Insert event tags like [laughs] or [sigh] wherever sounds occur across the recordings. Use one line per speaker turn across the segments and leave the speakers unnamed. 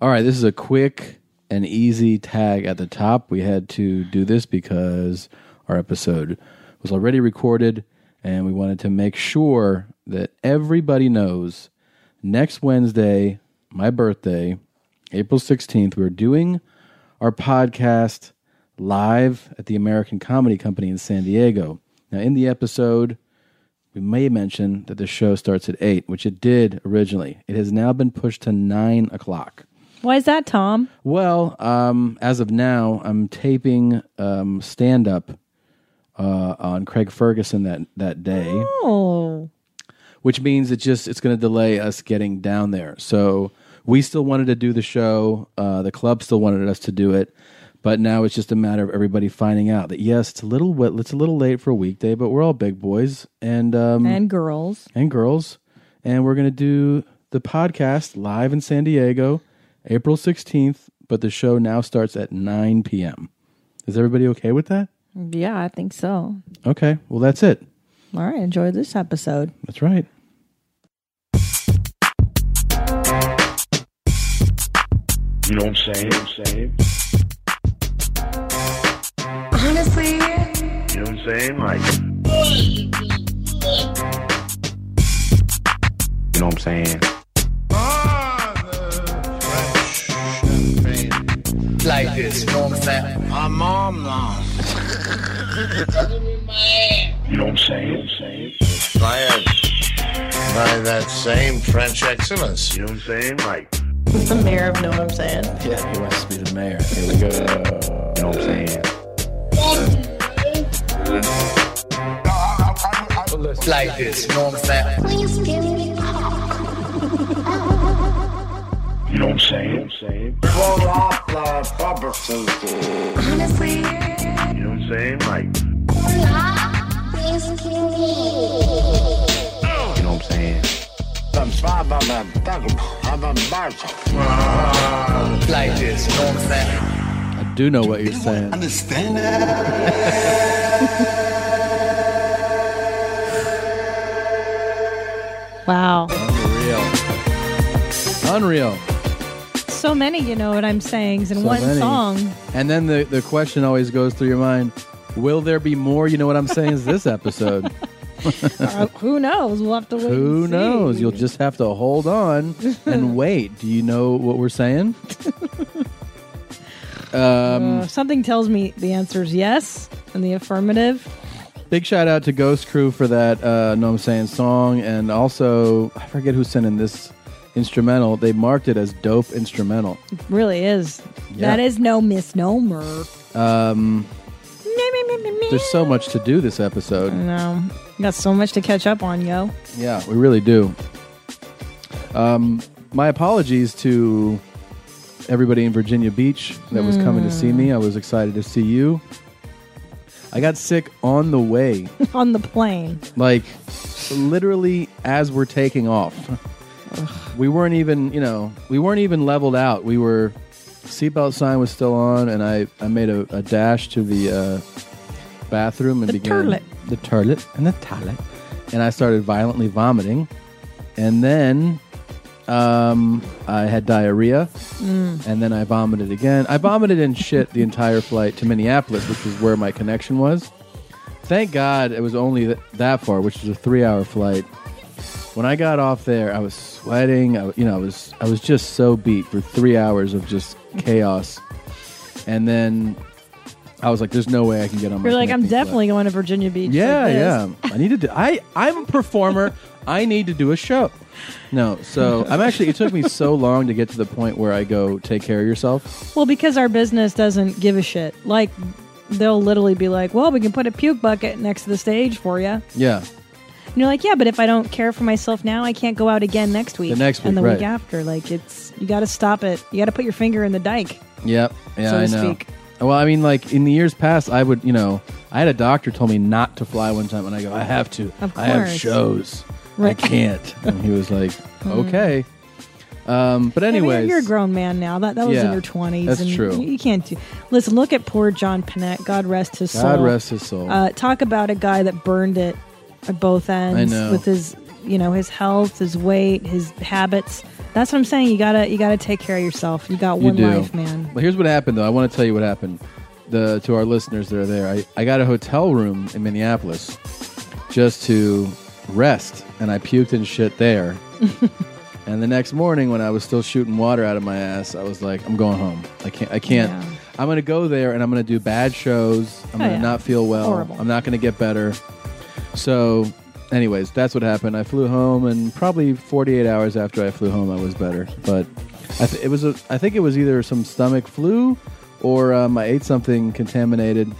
All right, this is a quick and easy tag at the top. We had to do this because our episode was already recorded and we wanted to make sure that everybody knows next Wednesday, my birthday, April 16th, we're doing our podcast live at the American Comedy Company in San Diego. Now, in the episode, we may mention that the show starts at 8, which it did originally. It has now been pushed to 9 o'clock.
Why is that, Tom?
Well, um, as of now, I'm taping um, stand up uh, on Craig Ferguson that, that day,
Oh,
which means it just it's going to delay us getting down there. So we still wanted to do the show. Uh, the club still wanted us to do it, but now it's just a matter of everybody finding out that yes, it's a little wi- it's a little late for a weekday, but we're all big boys and um,
and girls.
and girls. And we're going to do the podcast live in San Diego, April 16th. But the show now starts at 9 p.m. Is everybody okay with that?
Yeah, I think so.
Okay. Well, that's it.
All right, enjoy this episode.
That's right.
You know what I'm saying? I'm saying?
Honestly,
You know what I'm saying? Like, you know what I'm saying?
like this, you know what I'm saying? My mom now.
You know what I'm saying? I'm saying?
By, that- by that same French excellence.
You know what I'm saying? Like,
the mayor of Know What I'm Saying.
Yeah, he wants to be the mayor. Here we go.
you know what I'm saying?
Like this, you know what I'm saying?
please give me popcorn.
You know what I'm saying? I'm saying?
Honestly,
You know what I'm saying? Like,
please give me.
you know what I'm saying?
Like this, you know what I'm saying?
I do know what you're saying.
Understand that?
Wow,
Unreal. Unreal.
so many. You know what I'm saying? In
So
one
many.
song.
And then the, the question always goes through your mind Will there be more? You know what I'm saying? Is
[laughs]
this episode?
Uh, who knows? We'll have to wait.
Who
and see.
knows? You'll just have to hold on and wait. Do you know what we're saying?
Uh, something tells me the answer is yes, and the affirmative.
Big shout out to Ghost Crew for that uh, Know What I'm Saying song. And also, I forget who sent in this instrumental. They marked it as dope instrumental.
Really is.
Yeah.
That is no misnomer.
Um, there's
There's
so much to do this episode.
No, got so much to catch up on, yo. [laughs]
Yeah, we really do. Um, my apologies to everybody in Virginia Beach that was coming to see me. I was excited to see you. I got sick on the way
on the plane.
like literally as we're taking off we weren't even you know we weren't even leveled out we were seatbelt sign was still on and i i made a, a dash to the uh bathroom and
The
began
toilet.
the toilet and the toilet and i started violently vomiting and then um i had diarrhea
Mm.
and then i vomited again i vomited and shit the entire flight to minneapolis which was where my connection was Thank God it was only th- that far, which was a three-hour flight. When I got off there, I was sweating. I, you know, I was I was just so beat for three hours of just chaos, and then I was like, "There's no way I can get on." my
You're like, I'm
connecting flight."
definitely going to Virginia Beach.
Yeah,
like this.
yeah. I need to. Do, I I'm a performer. I need to do a show. No, so I'm actually. It took me so long to get to the point where I go, "Take care of yourself."
Well, because our business doesn't give a shit. Like, they'll literally be like, "Well, we can put a puke bucket next to the stage for you." And
Yeah,
you're like, "Yeah, but if I don't care for myself now, I can't go out again next week.
The next
and the
week,
week
right.
after. Like, it's you got to stop it. You got to put your finger in the dike.
Yep. Yeah,
so
I
to
know.
speak.
Well, I mean, like in the years past, I would, you know, I had a doctor told me not to fly one time, and I go, I have to.
Of
I have
course.
shows.
Right. Mm-hmm.
I can't. and he
[laughs]
was like, okay. Um, but
I mean,
anyways,
you're a grown man now. That that was
Yeah,
in your 20s.
that's
and
true.
You can't do. Listen, look at poor John Panette. God rest his soul.
God rest his soul.
Uh, talk about a guy that burned it at both ends
I know.
with his you know his health, his weight, his habits. That's what I'm saying. You gotta you gotta take care of yourself. You got
You
one
do.
life, man.
Well, here's what happened, though. I want to tell you what happened the, to our listeners that are there. I, I got a hotel room in Minneapolis just to rest, and I puked and
[laughs]
shit there. and the next morning, when I was still shooting water out of my ass, I was like, I'm going home. I can't. I can't.
Yeah.
I'm going to go there, and I'm going to do bad shows. I'm
Oh,
going to
yeah.
not feel well.
Horrible.
I'm not going to get better. So. Anyways, that's what happened. I flew home, and probably 48 hours after I flew home, I was better. But I th- it was a, I think it was either some stomach flu, or um, I ate something contaminated.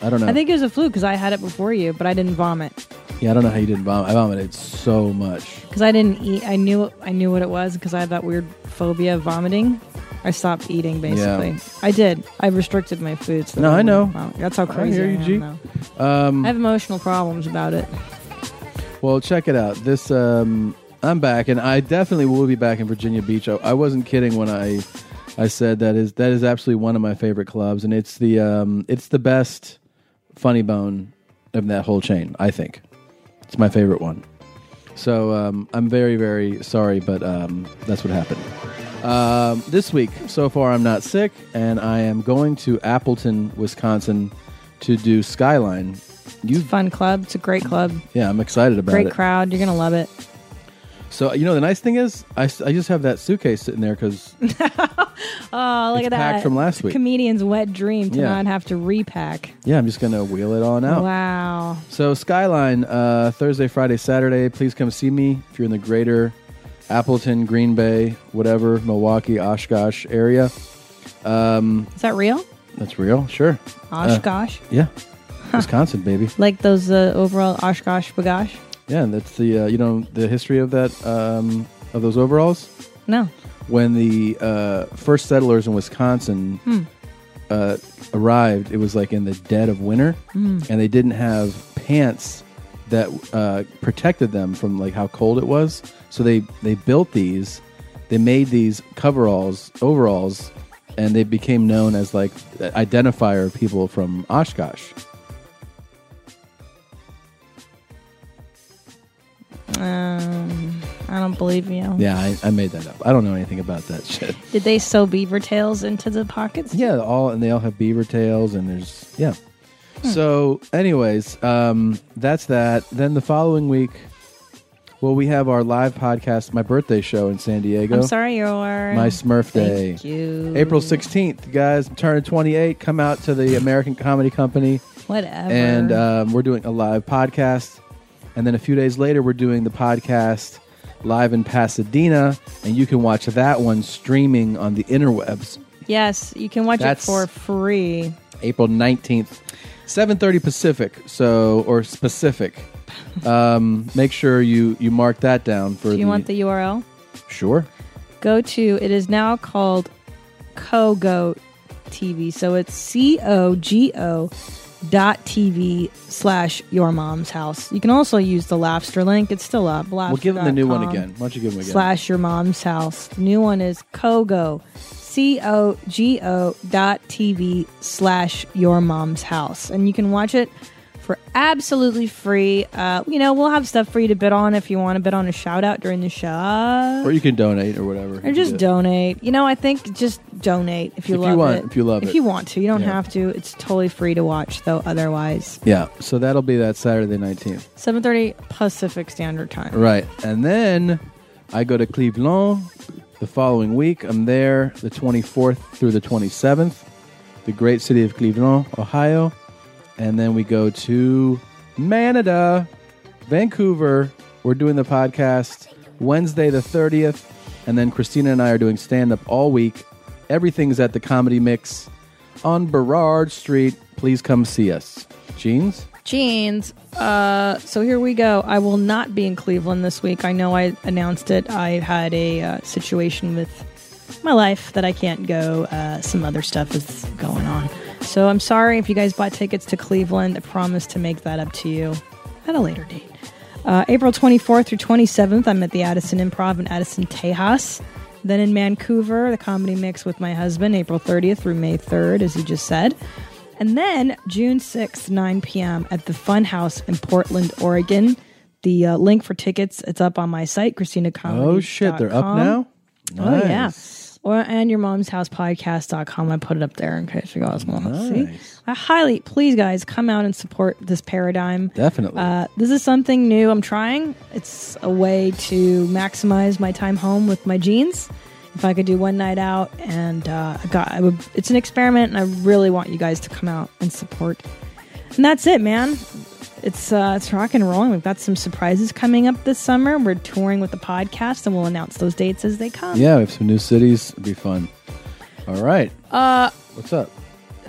I don't know.
I think it was a flu because I had it before you, but I didn't vomit
yeah, I don't know how you didn't vomit. I vomited so much.
because I didn't eat. I knew I knew what it was because I had that weird phobia of vomiting. I stopped eating basically. I did. I restricted my food. So
No, I know.
Wow, that's how crazy
hear
I,
you,
am,
G. Um,
though. I have emotional problems about it.
Well, check it out. This um, I'm back, and I definitely will be back in Virginia Beach. I, I wasn't kidding when I I said that is that is absolutely one of my favorite clubs, and it's the um, it's the best funny bone of that whole chain. I think it's my favorite one. So um, I'm very very sorry, but um, that's what happened. Um, this week, so far, I'm not sick, and I am going to Appleton, Wisconsin, to do Skyline. You,
Fun club. It's a great club.
yeah, I'm excited about
Great
it.
crowd. You're gonna love it.
So you know the nice thing is I, s- I just have that suitcase sitting there because
Oh, look
It's
at that!
packed from last week.
Comedian's wet dream to
Yeah. Oh.
not have to repack.
yeah I'm just gonna wheel it on out.
Wow.
So Skyline uh, Thursday, Friday, Saturday. Please come see me if you're in the greater Appleton, Green Bay, whatever, Milwaukee, Oshkosh area.
Is that real?
That's real, sure.
Oshkosh?
Yeah, Wisconsin, baby.
like those uh, overall Oshkosh bagosh?
Yeah, and that's the uh, you know the history of that um, of those overalls.
No.
when the uh, first settlers in Wisconsin uh, arrived, it was like in the dead of winter, and they didn't have pants that uh, protected them from like how cold it was. So they they built these, they made these coveralls, overalls, and they became known as like the identifier of people from Oshkosh.
Um, I don't believe you.
Yeah, I, I made that up. I don't know anything about that [laughs] shit.
Did they sew beaver tails into the pockets?
Yeah, all and they all have beaver tails and there's yeah. So, anyways, um, that's that. Then the following week, well, we have our live podcast, my birthday show in San Diego.
I'm sorry, your
My Smurf Day.
Thank you.
April sixteenth, guys. I'm turning twenty eight. Come out to the American Comedy Company,
Whatever.
and um, we're doing a live podcast. And then a few days later, we're doing the podcast live in Pasadena, and you can watch that one streaming on the interwebs.
yes, you can watch it
That's-
for free.
April 19th, 7:30 Pacific, so or specific. Um, make sure you you mark that down
Do
for
you
the,
want the URL?
Sure.
Go to. It is now called Kogo TV. So it's C O G O dot TV slash your mom's house. You can also use the Laughster link. It's still up.
We'll give them the new one
laughster.com.
again. Why don't you give them again?
slash your mom's house. The new one is Kogo, C O G O dot TV slash your mom's house. And you can watch it for absolutely free. Uh, you know, we'll have stuff for you to bid on if you want to bid on a shout out during the show.
Or you can donate or whatever.
Or just
Yeah.
donate. You know, I think just donate if you
If you
love
want-
it.
if you love
if
it.
you want to, you don't
Yeah.
have to. It's totally free to watch though. Otherwise,
Yeah. So that'll be that Saturday 19th.
seven thirty Pacific Standard Time.
Right. And then I go to Cleveland the following week. I'm there the 24th through the 27th, the great city of Cleveland, Ohio. And then we go to Manada, Vancouver. We're doing the podcast Wednesday the 30th. And then Christina and I are doing stand up all week. Everything's at the Comedy Mix on Burrard Street. Please come see us. Jeans?
jeans. Uh, so here we go. I will not be in Cleveland this week. I know I announced it. I had a uh, situation with my life that I can't go. Uh, some other stuff is going on. So I'm sorry if you guys bought tickets to Cleveland. I promise to make that up to you at a later date. Uh, April 24th through 27th, I'm at the Addison Improv in Addison, Tejas. Then in Vancouver, the comedy mix with my husband, April 30th through May 3rd, as you just said. And then June 6th, 9 p.m. at the Funhouse in Portland, Oregon. The uh, link for tickets it's up on my site, Christina Comedy.
Oh shit, they're up now.
Oh yeah.
Nice.
Or and your mom's house podcast.com. I put it up there in case you guys want to see.
Nice.
I highly please guys come out and support this paradigm.
Definitely.
Uh, this is something new I'm trying. It's a way to maximize my time home with my jeans. If I could do one night out, and uh, I got, I would, it's an experiment, and I really want you guys to come out and support. And that's it, man. It's uh, it's rock and rolling. We've got some surprises coming up this summer. We're touring with the podcast, and we'll announce those dates as they come.
yeah, we have some new cities. It'd be fun. All right. Uh, what's up?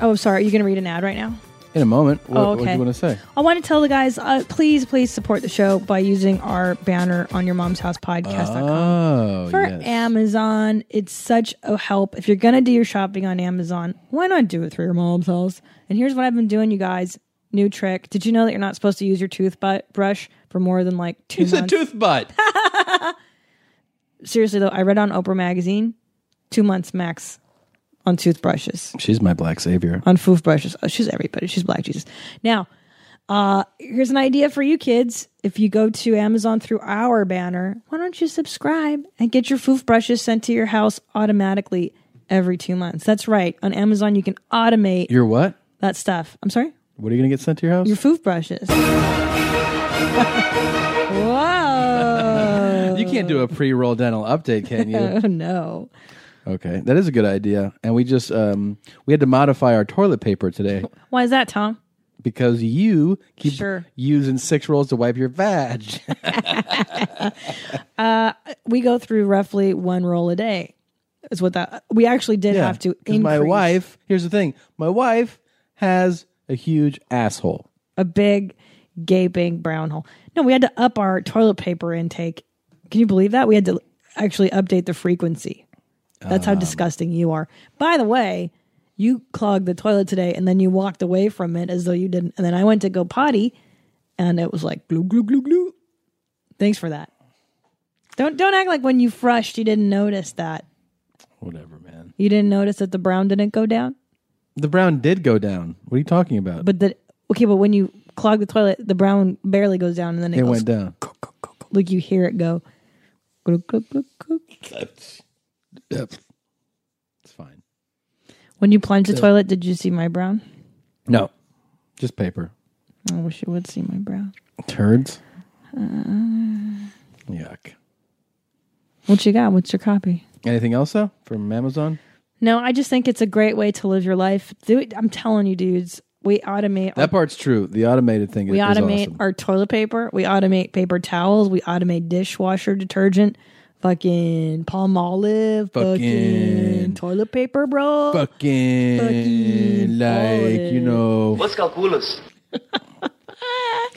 Oh, sorry. Are you going to read an ad right now?
In a moment. What,
Oh,
what do
okay.
you want to say?
I want to tell the guys, uh, please, please support the show by using our banner on your mom's house podcast.com.
Oh,
for
yes.
Amazon. It's such a help. If you're going to do your shopping on Amazon, why not do it through your mom's house? And here's what I've been doing, you guys. New trick. Did you know that you're not supposed to use your toothbrush for more than like two
It's a
months? [laughs]
tooth butt.
Seriously, though, I read on Oprah Magazine, two months max on toothbrushes.
She's my black savior.
on foof brushes. Oh, she's everybody. She's Black Jesus. Now, uh, here's an idea for you kids. If you go to Amazon through our banner, why don't you subscribe and get your foof brushes sent to your house automatically every two months? That's right. On Amazon, you can automate
Your what?
that stuff. I'm sorry?
What are you gonna get sent to your house?
Your foof brushes. [laughs] Whoa. [laughs]
you can't do a pre-roll dental update, can you?
Oh, no.
okay, that is a good idea. And we just um, we had to modify our toilet paper today
Why is that, Tom?
because you keep
Sure.
using six rolls to wipe your vag.
[laughs] We go through roughly one roll a day. Is what that we actually did have to
[laughs] 'Cause
increase
my wife. Here's the thing: my wife has a huge asshole.
a big gaping brown hole. No, we had to up our toilet paper intake. Can you believe that? We had to actually update the frequency. That's how disgusting you are. By the way, you clogged the toilet today and then you walked away from it as though you didn't. And then I went to go potty and it was like glue glue glue glue. Thanks for that. Don't don't act like when you flushed you didn't notice that.
Whatever, man.
You didn't notice that the brown didn't go down.
The brown did go down. What are you talking about?
But the okay, but when you clog the toilet, the brown barely goes down and then it,
it
goes
went down.
like you hear it go glug, glug, glug, glug.
Yep. It's fine.
when you plunge the toilet did you see my brown
No, just paper.
i wish you would see my brown
Turds.
Uh.
Yuck.
what you got what's your copy
Anything else though from Amazon?
no i just think it's a great way to live your life do it i'm telling you dudes we automate our,
That part's true. The automated thing
we
is
automate
awesome.
our toilet paper we automate paper towels we automate dishwasher detergent fucking palm olive fucking,
Fucking-
toilet paper bro
fucking,
Fucking
like you
wallet.
know
What's calculus?
Oh,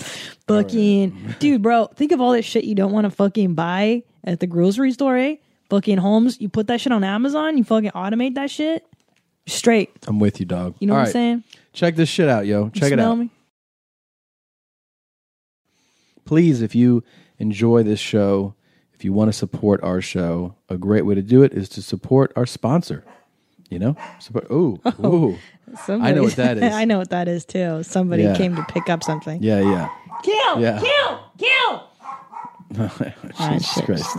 Fucking dude, bro, think of all that shit you don't want to fucking buy at the grocery store, eh? Fucking homes, you put that shit on Amazon, you fucking automate that shit. Straight.
I'm with you, dog.
You know what
All
I'm
right.
saying?
Check this shit out, yo.
You
Check it
smell
out.
me?
Please, if you enjoy this show, if you want to support our show, a great way to do it is to support our sponsor. You know, support.
[laughs]
Ooh,
Oh.
ooh,
Somebody-
I know what that
[laughs]
is.
I know what that is too. Somebody
Yeah.
came to pick up something.
yeah, yeah.
Kill,
Yeah.
kill, kill.
[laughs] Jesus Christ.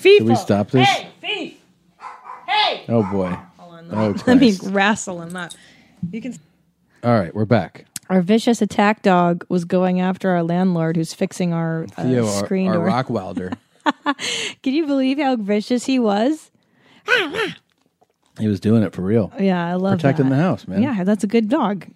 FIFA.
Can we stop this?
Hey, FIFA. Hey.
Oh boy.
Hold on,
Oh,
let, me, let me
Christ.
wrestle him up. You can
All right, we're back.
Our vicious attack dog was going after our landlord who's fixing our uh,
Yo, our,
screen
our
door.
rock wilder.
Can you believe how vicious he was?
he was doing it for real.
Yeah, [laughs] I love
Protecting
that.
the house, man.
Yeah, that's a good dog.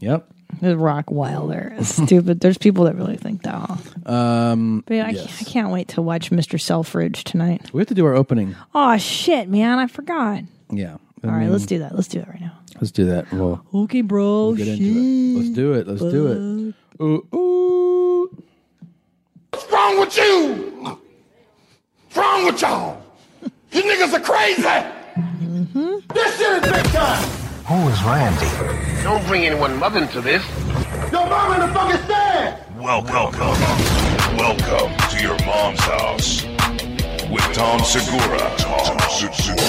Yep.
The Rockwilder is [laughs] stupid. There's people that really think that.
Um,
But yeah, I,
Yes.
can't, I can't wait to watch Mr. Selfridge tonight.
we have to do our opening.
Oh shit, man! I forgot.
Yeah.
All right,
Mm.
let's do that. Let's do it right now.
Let's do that. We'll
Okay, bro.
get into it. Let's do it. Let's do it. Ooh, ooh.
What's wrong with you? What's wrong with y'all? You niggas are crazy. This shit is big time.
Who is Randy?
Don't bring anyone mother into this.
Your mom in the fucking stand.
Welcome. Welcome to your mom's house with Tom Segura. Tom Segura.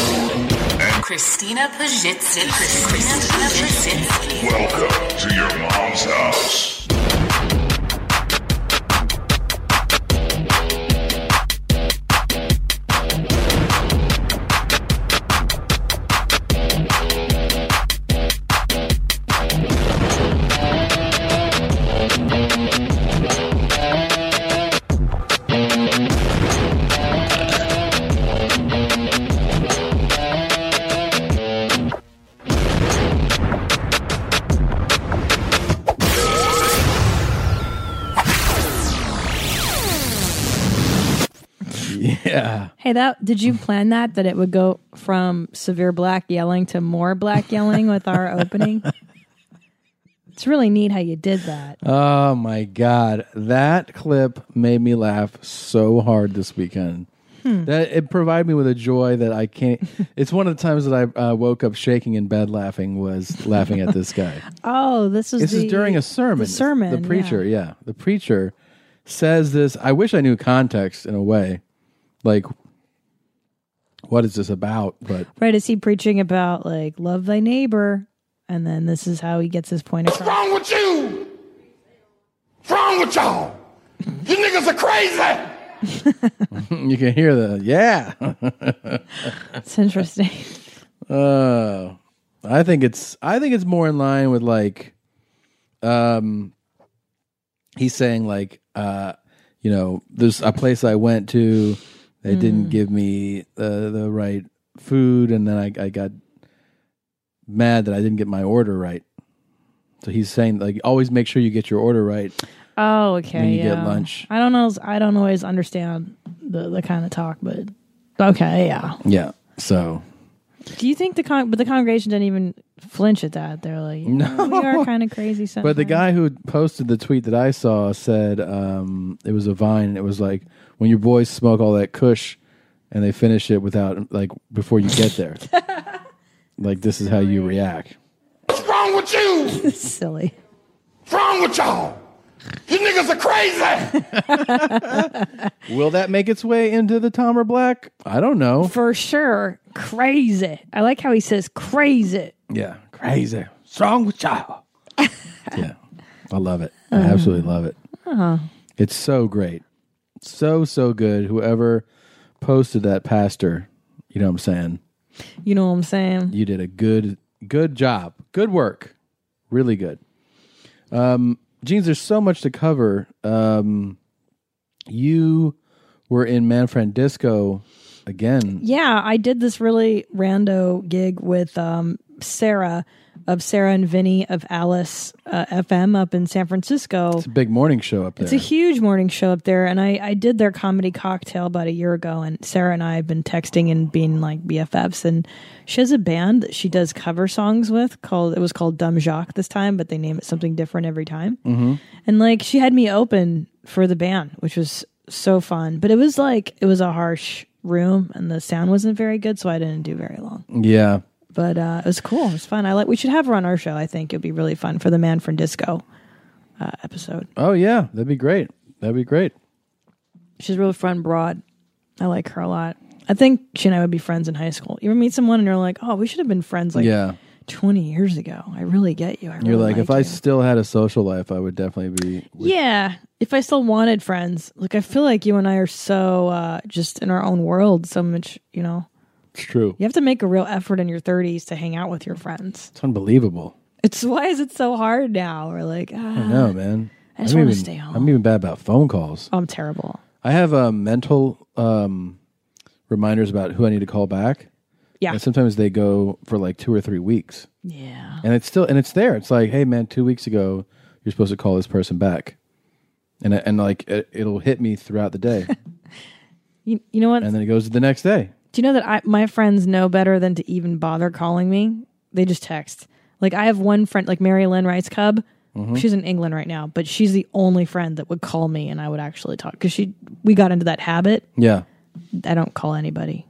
And
Christina Pajitsky. Christina Pajitsky.
welcome to your mom's house.
Hey, that did you plan that that it would go from severe black yelling to more black yelling with
[laughs]
our opening? It's really neat how you did that.
Oh my god, that clip made me laugh so hard this weekend. That it provided me with a joy that I can't. it's one of the times that I uh, woke up shaking in bed, laughing was laughing at this guy.
oh, this is
this
the,
is during a sermon.
The sermon,
The preacher, yeah. The preacher says this. I wish I knew context in a way. Like, what is this about? But [laughs]
Right, is he preaching about like love thy neighbor, and then this is how he gets his point across?
wrong with you? What's wrong with y'all? You niggas are crazy.
you can hear the, yeah.
It's interesting.
Uh, I think it's I think it's more in line with like, um, he's saying like, uh, you know, there's a place I went to, they didn't give me the the right food, and then I I got mad that I didn't get my order right. So he's saying like, always make sure you get your order right.
Oh, okay.
When you
yeah.
get lunch.
I don't know. I don't always understand the the kind of talk, but okay, yeah.
Yeah. So
Do you think the con? But the congregation didn't even flinch at that. They're like, no, we
[laughs]
are kind of crazy. Sometimes.
But the guy who posted the tweet that I saw said um, it was a vine. It was like when your boys smoke all that Kush, and they finish it without like before you get [laughs] there. like this is how you react.
What's wrong with you?
is silly.
What's wrong with y'all? You niggas are crazy.
Will that make its way into the Tom or Black? I don't know.
for sure crazy. I like how he says crazy.
Yeah, crazy, strong with Uh-huh. y'all. [laughs] yeah, I love it. I absolutely love it. Uh-huh. It's so great, so so good. Whoever posted that pastor, you know what I'm saying.
You know what I'm saying?
you did a good good job good work really good um jeans there's so much to cover um you were in man francisco again
Yeah, I did this really rando gig with um, Sarah of Sarah and Vinny of Alice uh, FM up in San Francisco.
it's a big morning show up there
It's a huge morning show up there, and I, I did their comedy cocktail about a year ago. And Sarah and I have been texting and being like BFFs. And she has a band that she does cover songs with called it was called Dumb Jacques this time, but they name it something different every time. Mm-hmm. And like she had me open for the band, which was so fun. But it was like it was a harsh room, and the sound wasn't very good, so I didn't do very long.
yeah
But uh, it was cool. It was fun. I like. We should have her on our show. I think it'd be really fun for the Man from Disco uh, episode.
oh yeah that'd be great that'd be great
She's really fun, broad. I like her a lot. I think she and I would be friends in high school. You ever meet someone and you're like, oh, we should have been friends like
yeah
20 years ago. I really get you. I
you're
really
like if
you.
i still had a social life i would definitely be with-
Yeah. If I still wanted friends, like I feel like you and I are so uh, just in our own world so much, you know.
it's true
You have to make a real effort in your 30s to hang out with your friends.
it's unbelievable
It's why is it so hard now? We're like, ah,
no man
I just
I'm
wanna
even-
stay home.
i'm even bad about phone calls
I'm terrible.
i have a mental um reminders about who i need to call back
Yeah.
And sometimes they go for like two or three weeks.
yeah.
And it's still and it's there. It's like, hey man, two weeks ago you're supposed to call this person back. And I- and like it, it'll hit me throughout
[laughs]
the day.
You, you know what?
and then it goes to the next day.
Do you know that I, my friends know better than to even bother calling me? They just text. Like I have one friend, like Mary Lynn Rice Cub.
Mm-hmm.
She's in England right now, but she's the only friend that would call me and I would actually talk because she we got into that habit.
Yeah.
I don't call anybody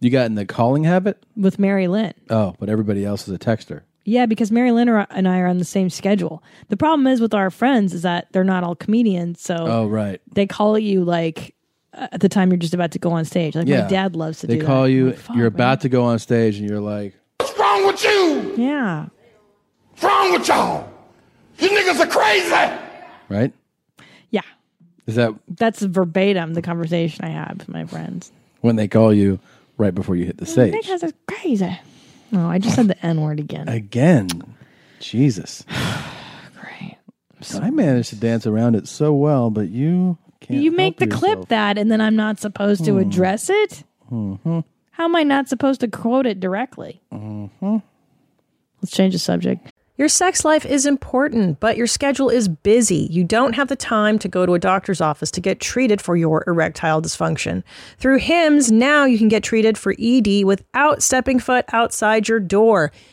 You got in the calling habit?
with Mary Lynn.
Oh, but everybody else is a texter.
Yeah, because Mary Lynn are- and I are on the same schedule. The problem is with our friends is that they're not all comedians, so
Oh, right.
they call you like at the time you're just about to go on stage. Like
Yeah.
my dad loves to
They
do
call
that.
you
Like, fuck,
you're
man.
about to go on stage and you're like,
What's wrong with you?
Yeah.
What's wrong with y'all? You niggas are crazy.
right?
Yeah.
Is that
That's verbatim the conversation I had with my friends.
when they call you right before you hit the stage?
Because it's crazy. Oh, I just said the N word again.
Again.
[sighs]
Jesus.
Great.
I managed to dance around it so well, but you can't
You make the
help
clip
yourself. Hmm.
that, and then I'm not supposed to address it?
Mm-hmm. Mm-hmm.
How am I not supposed to quote it directly? Let's change the subject.
Your sex life is important, but your schedule is busy. You don't have the time to go to a doctor's office to get treated for your erectile dysfunction. Through HIMS, now you can get treated for ED without stepping foot outside your door.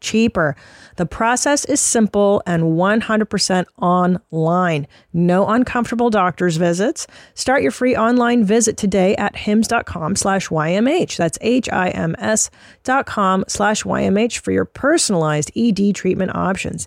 cheaper. The process is simple and 100% online. No uncomfortable doctor's visits. Start your free online visit today at hims.com slash YMH. That's H-I-M-S dot com slash YMH for your personalized E ED treatment options.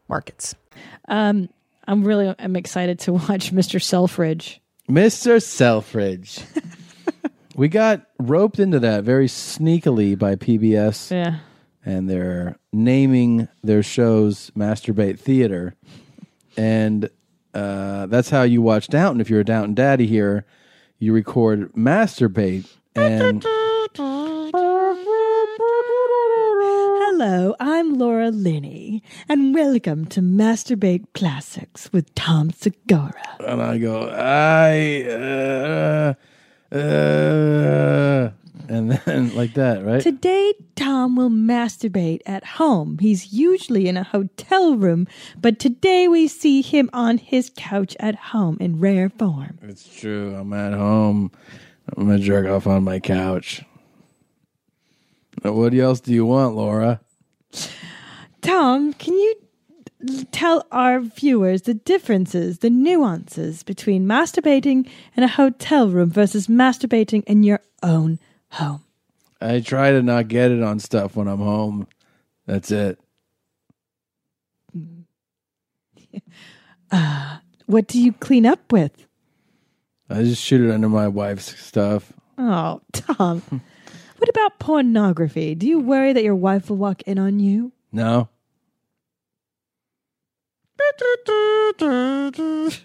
markets.
I'm really I'm excited to watch [laughs] Mr. Selfridge. [laughs]
Mr. Selfridge. we got roped into that very sneakily by PBS
Yeah.
and they're naming their shows Masturbate Theater. And uh, that's how you watch Downton. If you're a Downton Daddy here, you record Masturbate and
Hello, I'm Laura Linney, and welcome to Masturbate Classics with Tom Segura.
and I go, I, uh, uh, and then [laughs] like that, right?
Today, Tom will masturbate at home. He's usually in a hotel room, but today we see him on his couch at home in rare form.
It's true. I'm at home. I'm gonna jerk off on my couch. Now, What else do you want, Laura?
Tom, can you tell our viewers the differences, the nuances between masturbating in a hotel room versus masturbating in your own home?
I try to not get it on stuff when I'm home. That's it.
What do you clean up with?
I just shoot it under my wife's stuff.
Oh, Tom. [laughs] what about pornography? Do you worry that your wife will walk in on you?
No, that's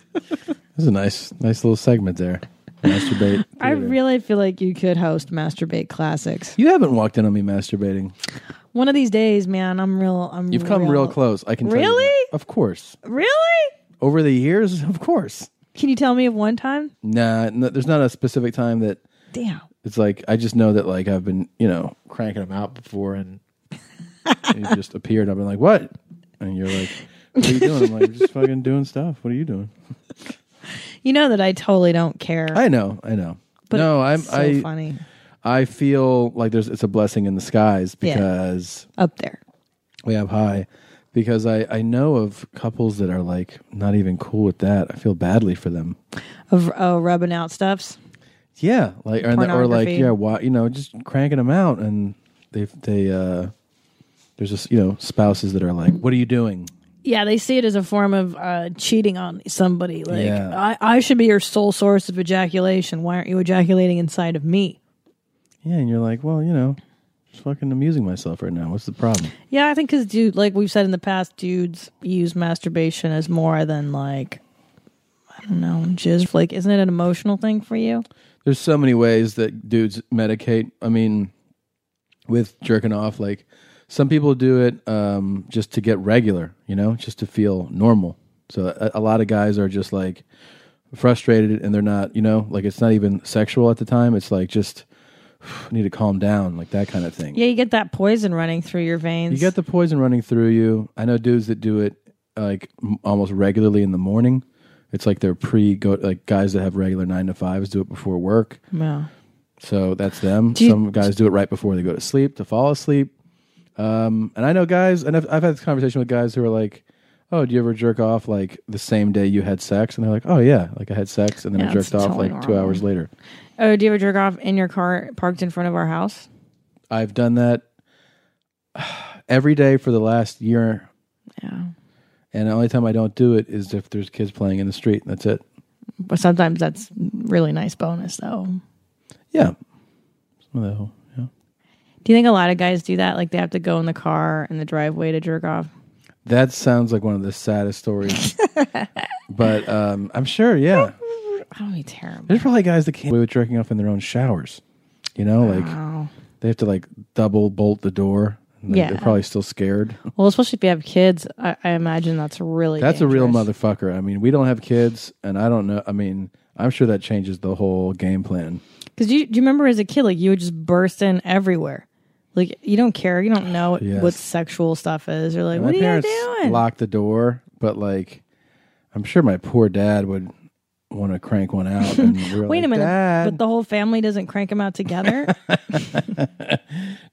a nice, nice little segment there. Masturbate.
I
theater.
really feel like you could host masturbate classics.
you haven't walked in on me masturbating.
One of these days, man, I'm real. I'm
You've come real close. I can. Tell you that.
Really?
Of course.
Really?
Over the years, [laughs] of course.
Can you tell me of one time?
Nah, no, there's not a specific time that
Damn.
it's like I just know that like I've been you know cranking them out
[laughs]
before and you just appeared. I've been like, what? And you're like, what are you doing? I'm like, just fucking doing stuff. What are you doing?
You know that I totally don't care.
I know, I know.
but
no, I'm
it's so
I
funny
I feel like there's it's a blessing in disguise
Yeah.
because
up there.
we have high. Because I I know of couples that are like not even cool with that. I feel badly for them.
Of oh, rubbing out stuffs.
Yeah, like or, the- or like
Pornography.
yeah, why you know just cranking them out and they they uh there's just you know spouses that are like, what are you doing?
Yeah, they see it as a form of uh, cheating on somebody. Like
Yeah.
I, I should be your sole source of ejaculation. Why aren't you ejaculating inside of me?
Yeah, and you're like, well, you know, just fucking amusing myself right now. What's the problem?
Yeah, I think because dude, like we've said in the past, dudes use masturbation as more than like No, jizz flake. Isn't it an emotional thing for you?
There's so many ways that dudes medicate. I mean, with jerking off, like some people do it um, just to get regular, you know, just to feel normal. So a, a lot of guys are just like frustrated and they're not, you know, like it's not even sexual at the time. It's like just [sighs] need to calm down, like that kind of thing.
Yeah, you get that poison running through your veins.
You got the poison running through you. I know dudes that do it like m- almost regularly in the morning. It's like they're pre go like guys that have regular nine to fives do it before work.
Yeah.
So that's them.
you-
Some guys do it right before they go to sleep to fall asleep. Um, and I know guys, and I've, I've had this conversation with guys who are like, "Oh, do you ever jerk off like the same day you had sex?" And they're like, "Oh yeah, like I had sex and then
Yeah,
I
it's
jerked off
totally
like two
normal.
hours later."
Oh, do you ever jerk off in your car parked in front of our house?
I've done that [sighs] every day for the last year.
Yeah.
And the only time I don't do it is if there's kids playing in the street. And that's it.
But sometimes that's really nice bonus though.
Yeah. Some of the whole- yeah.
Do you think a lot of guys do that? Like they have to go in the car in the driveway to jerk off?
That sounds like one of the
[laughs]
saddest stories. but um, I'm sure, yeah.
That would be terrible.
There's probably guys that can't get away with jerking off in their own showers. You know, like
Wow.
they have to like double bolt the door. And they-
Yeah.
They're probably still scared.
Well, especially if you have kids, I, I imagine that's really
That's a real
dangerous.
motherfucker. I mean, we don't have kids, and I don't know. I mean, I'm sure that changes the whole game plan.
Because you do you remember as a kid, like you would just burst in everywhere, like you don't care, you don't know
Yes.
what sexual stuff is. You're like,
My
what are you
parents
doing?
locked the door, but like, I'm sure my poor dad would want to crank one
[laughs]
out. And we were
Wait a
like,
minute,
Dad,
but the whole family doesn't crank them out
[laughs]
together.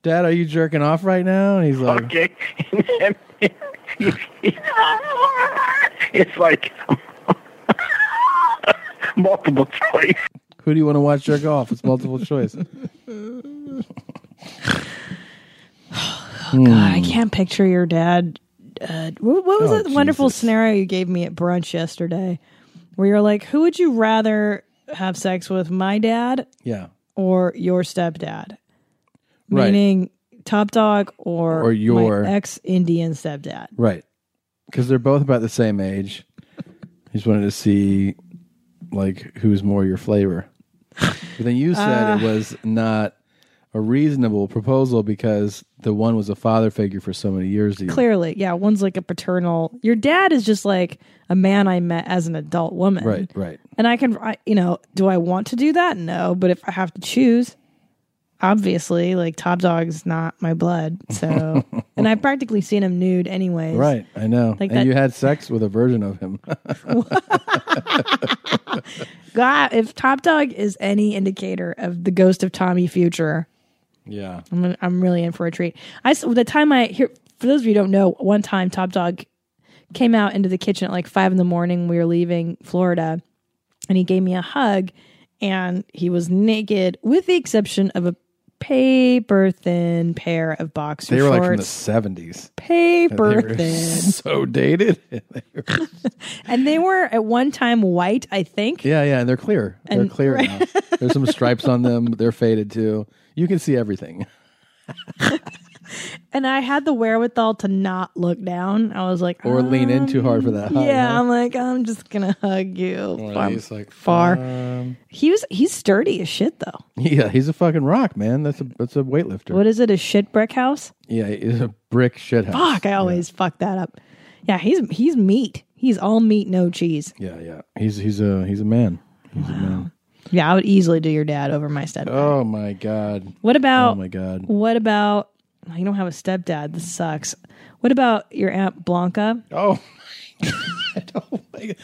Dad, are you jerking off right now? And he's like,
Okay. And then- it's like [laughs] multiple choice.
Who do you want to watch jerk off? It's multiple
[laughs]
choice.
God, I can't picture your dad. Uh, what, what was
Mm. Oh,
that wonderful
Jesus.
scenario you gave me at brunch yesterday, where you're like, who would you rather have sex with, my dad
Yeah.
or your stepdad?
Right.
Meaning top dog or
Or your-
ex Indian stepdad.
Right. Because they're both about the same age. I just wanted to see, like, who's more your flavor. But then you said
Uh.
it was not a reasonable proposal because the one was a father figure for so many years. to you.
clearly yeah one's like a paternal your dad is just like a man i met as an adult woman
Right, right.
and i can I, you know do i want to do that no but if i have to choose obviously like top dog's not my blood
[laughs]
so and i've practically seen him nude anyways
Right, I know.
Like
and
that-
you had sex with a version of him.
god if top dog is any indicator of the ghost of tommy future
yeah.
I'm gonna- I'm really in for a treat. I s- the time I here for those of you who don't know, one time Top Dog came out into the kitchen at like five in the morning. We were leaving Florida, and he gave me a hug, and he was naked with the exception of a paper thin pair of boxer
They were like from the
shorts.
70s. They
paper
were
thin,
[laughs] so dated. [laughs] They were-
and they were at one time white, I think.
Yeah, yeah, and they're clear. they're
And-
clear
right.
now. There's some stripes on them. They're faded too. You can
[laughs]
see everything.
And I had the wherewithal to not look down. I was like,
Or lean in too hard for that. high,
Yeah,
huh?
I'm like, I'm just gonna hug you.
Or
from
he's like, um,
far. He was he's sturdy as shit though.
Yeah, he's a fucking rock, man. That's a that's a weightlifter.
What is it? A shit brick house?
yeah, he's a brick shit house.
Fuck, I always fuck that up. Yeah, he's he's meat. He's all meat, no cheese.
Yeah, yeah. He's he's a he's a man. He's a man.
Yeah, I would easily do your dad over my stepdad.
Oh my god.
what about
Oh my god.
what about you don't have a stepdad, this sucks. What about your Aunt Blanca
Oh [laughs] my god. Oh my god.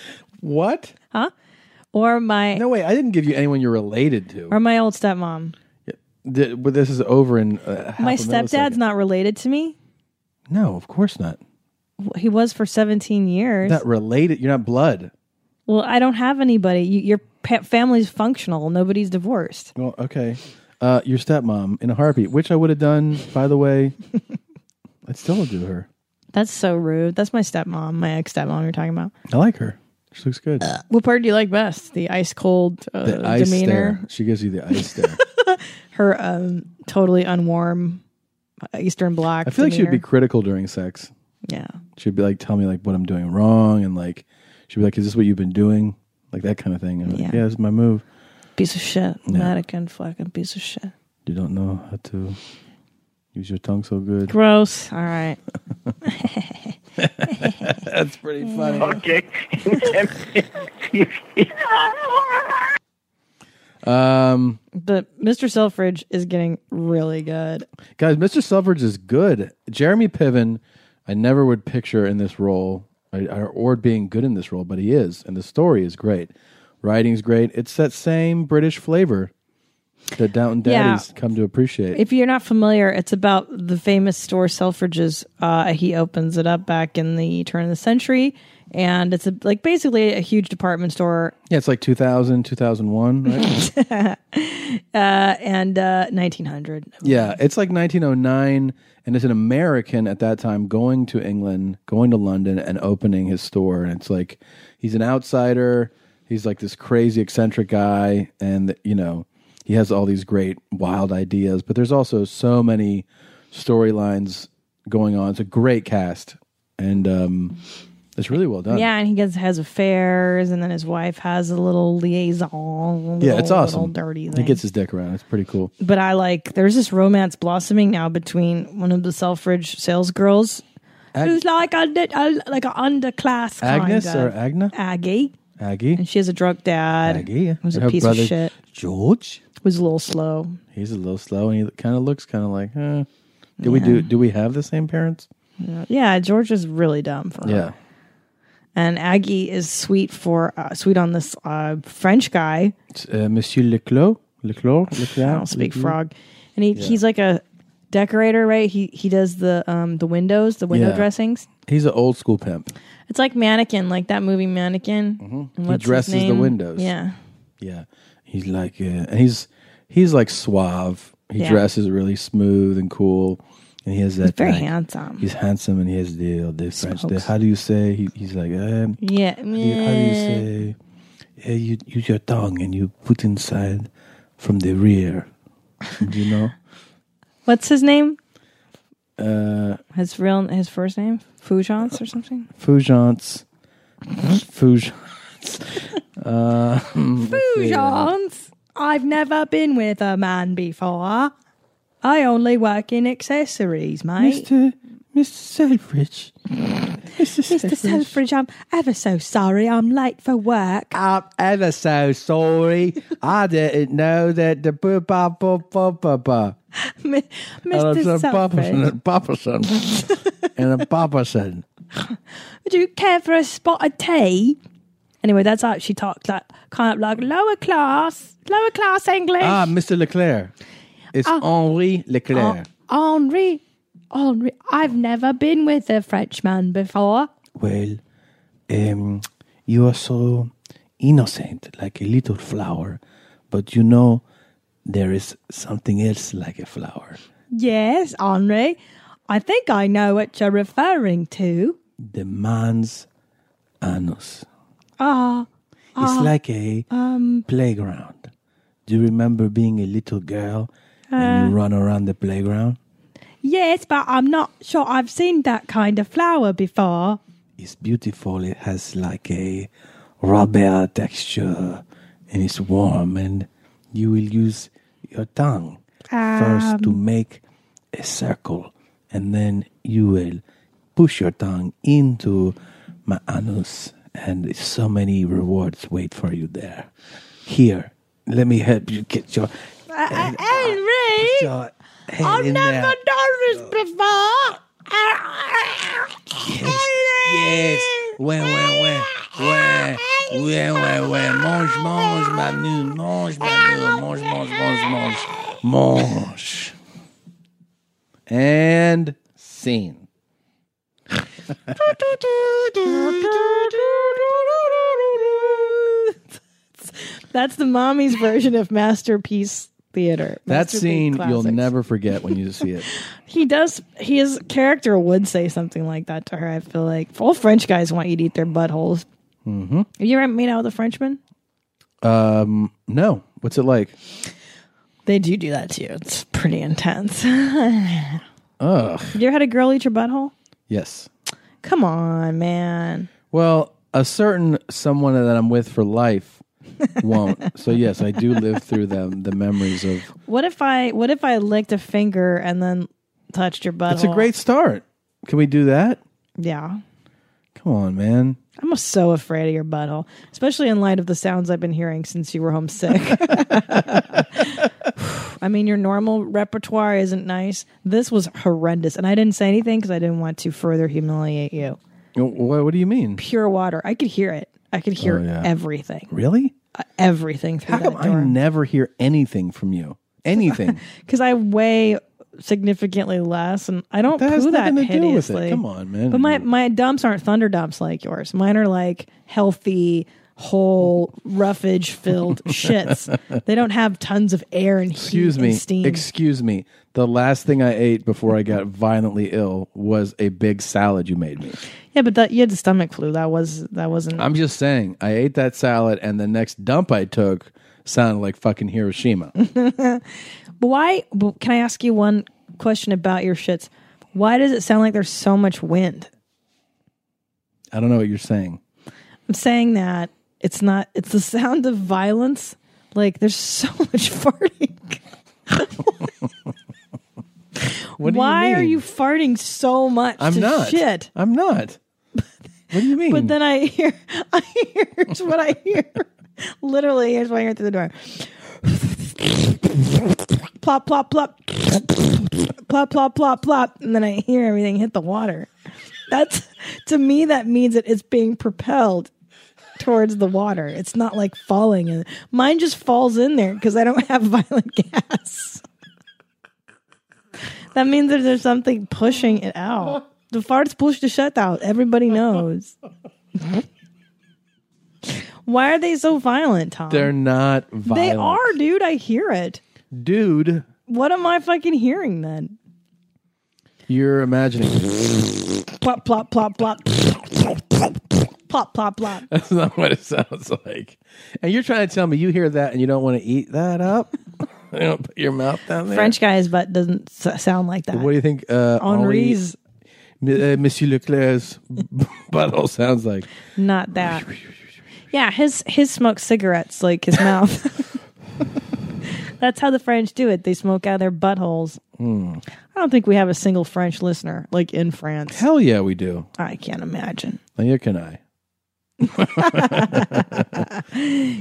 What?
or my
No way. I didn't give you anyone you're related to.
or my old stepmom?
Th- but this is over in uh, half
My
a
stepdad's
millisecond.
not related to me.
No, of course not.
He was for 17 years.
Not related. You're not blood.
Well, I don't have anybody. You, your pa- family's functional. Nobody's divorced.
Well, okay. Uh, your stepmom in a heartbeat, which I would have done, by the way. [laughs] I'd still do her.
That's so rude. That's my stepmom, my ex stepmom. You're talking about.
I like her. She looks good.
What part do you like best? The ice cold uh,
the ice
demeanor,
stare. She gives you the ice stare.
her um, totally unwarm uh, Eastern Bloc.
I feel like she would be
demeanor.
critical during sex.
Yeah,
She'd be like, tell me like what I'm doing wrong. And like, she'd be like, is this what you've been doing? like that kind of thing. And I'm like,
Yeah.
yeah, it's my move.
Piece of shit. Mannequin fucking piece of shit.
You don't know how to use your tongue so good.
Gross. All right.
That's pretty funny.
Okay.
Um,
But Mr. Selfridge is getting really good.
guys, Mr. Selfridge is good. Jeremy Piven, I never would picture in this role I- I- or being good in this role, but he is, and the story is great. Writing's great. It's that same British flavor that Downton
Yeah.
Daddy's come to appreciate.
If you're not familiar, it's about the famous store Selfridges. Uh, he opens it up back in the turn of the century, and it's a, like basically a huge department store
yeah, it's like 2000, 2001, right?
and uh, 1900.
yeah, it's like 1909, and it's an American at that time going to England, going to London, and opening his store. And it's like he's an outsider. He's like this crazy eccentric guy, and you know he has all these great wild ideas. But there's also so many storylines going on. It's a great cast, and um, it's really well done.
Yeah, and he gets has affairs, and then his wife has a little liaison.
yeah,
little-
it's awesome.
Little dirty
He
thing.
gets his dick around. It's pretty cool.
but I like. There's this romance blossoming now between one of the Selfridge sales girls, who's like a, lit- a like an underclass kind
Agnes
of-
or Agna?
Aggie,
Aggie.
and she has a drug dad.
Aggie.
who's
and
a
her
piece
brother,
of shit.
George.
Was a little slow.
He's a little slow, and he kind of looks kind of like, eh. Do we do? Do we have the same parents?
Yeah, George is really dumb for her.
Yeah,
And Aggie is sweet for uh, sweet on this uh, French guy.
It's, uh, Monsieur Leclos, Leclos, Leclos.
[sighs] I don't speak
Mm-hmm.
frog. And he, he's like a decorator, right? He he does the um the windows, the window
Yeah.
dressings.
He's an old school pimp.
It's like mannequin, like that movie Mannequin. And what's his
Mm-hmm. dresses the
name?
windows.
Yeah.
Yeah, he's like, uh, and he's he's like suave. He
Yeah.
dresses really smooth and cool, and he has that
Very
like-
handsome.
He's handsome, and he has the uh, the French. The,
Smokes.
how do you say? He, he's like, um,
yeah.
how do you, how do
meh.
you say? Yeah, you use your tongue and you put inside from the rear. Do you
[laughs]
know?
What's his name?
Uh,
His real his first name? Foujance or something?
Fougence. Fougence.
Foujance. I've never been with a man before. I only work in accessories, mate.
Mr. Mr. Selfridge. Mr.
Mr. Selfridge, I'm ever so sorry. I'm late for work. [laughs]
I'm ever so sorry. I didn't know that the boop bop bop bop bop bop.
Mi-
And
Mr.
it's a Bopperson
Selfridge,
and
[laughs]
Bopperson. and a Bopperson.
would you care for a spot of tea? Anyway, that's how she talks, like kind of like lower class, lower class English.
Ah, Mr. Leclerc. It's
Ah.
Henri Leclerc.
Henri, Henri, I've never been with a Frenchman before.
Well, um, you are so innocent, like a little flower, but you know there is something else like a flower.
Yes, Henri, I think I know what you're referring to.
The man's anus. Ah. um, It's like a playground. Do you remember being a little girl and you run around the playground?
Yes, but I'm not sure I've seen that kind of flower before.
It's beautiful. It has like a rubber texture and it's warm and you will use your tongue first to make a circle and then you will push your tongue into my anus and so many rewards wait for you there. Here, let me help you get your,
Uh, Henri,
your head
I've
in
never
there. [laughs]
done this before.
Yes, yes. Ouais, ouais, ouais. Ouais. Ouais, ouais, ouais. Mange, mange, Manu. Mange, Manu. Mange, mange, mange, mange. Mange. And scene.
That's the mommy's version of masterpiece theater.
That
Masterpiece
scene you'll
classics.
never forget when you see it.
He does. His character would say something like that to her. I feel like all French guys want you to eat their buttholes. Mm-hmm. Have you ever made out with a Frenchman?
Um, No. What's it like?
They do do that to you. It's pretty intense. [laughs] Ugh. You ever had a girl eat your butthole?
Yes.
Come on, man.
Well, a certain someone that I'm with for life won't. so
[laughs]
yes, I do live through them. The memories of
What if I what if I licked a finger and then touched your butt?
it's a great start. Can we do that?
Yeah.
Come on, man.
I'm so afraid of your butthole, especially in light of the sounds I've been hearing since you were homesick. [laughs] I mean, your normal repertoire isn't nice. This was horrendous, and I didn't say anything because I didn't want to further humiliate you.
What, what do you mean?
Pure water. I could hear it. I could hear
Oh, yeah.
everything,
Really?
everything through
How come
that door.
I never hear anything from you? Anything
because I weigh significantly less, and I don't
that has
poo that
nothing to do with
hideously.
it. Come on, man.
But my my dumps aren't thunder dumps like yours. Mine are like healthy, whole, roughage
[laughs]
filled shits. They don't have tons of air and heat
Excuse
and
me.
steam.
Excuse me. The last thing I ate before I got violently ill was a big salad you made me.
yeah, but that you had the stomach flu. That was that wasn't.
I'm just saying, I ate that salad and the next dump I took sounded like fucking Hiroshima.
but why? But can I ask you one question about your shits? Why does it sound like there's so much wind?
I don't know what you're saying.
I'm saying that it's not. It's the sound of violence. Like there's so [laughs] much farting.
[laughs] What do
Why
you
are
mean?
you farting so much?
I'm
to
not.
Shit.
I'm
[laughs]
not. What do you mean?
But then I hear, [laughs] I hear, here's what I hear. Literally, here's what I hear through the door. plop, plop, plop. plop, plop, plop, plop. And then I hear everything hit the water. That's, to me, that means that it's being propelled towards the water. It's not like falling in. Mine just falls in there because I don't [laughs] have violent gas. that means that there's something pushing it out. The farts push the shut out. Everybody knows. Why are they so violent, Tom?
They're not
They
violent.
are, dude. I hear it.
Dude,
What am I fucking hearing then?
you're imagining.
Plop, plop, plop, plop. plop, plop, plop.
[laughs] That's not what it sounds like. And you're trying to tell me you hear that and you don't want to eat that up? [laughs] you don't put your mouth down there?
French Oh. guy's butt doesn't s- sound like that.
What do you think? Uh,
Henri's
Henri- uh, Monsieur Leclerc's [laughs] butthole sounds like.
not that. Yeah, his his smokes cigarettes like his mouth. [laughs] That's how the French do it. They smoke out of their buttholes. I don't think we have a single French listener like in France.
Hell yeah, we do.
I can't imagine.
Neither can I.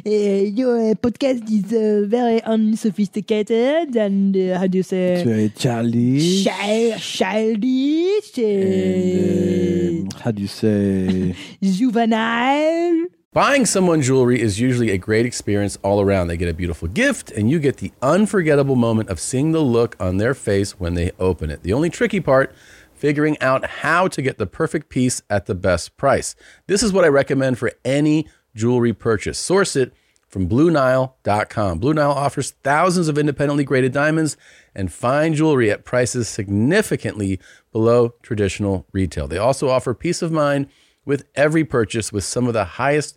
Eh, your podcast is uh, very unsophisticated and uh, how do you say
So, Charlie.
childish,
And, um, how do uh, you say?
uh, juvenile.
Buying someone jewelry is usually a great experience all around. They get a beautiful gift, and you get the unforgettable moment of seeing the look on their face when they open it. The only tricky part, figuring out how to get the perfect piece at the best price. This is what I recommend for any jewelry purchase. Source it from BlueNile.com. Blue Nile offers thousands of independently graded diamonds and fine jewelry at prices significantly below traditional retail. They also offer peace of mind with every purchase with some of the highest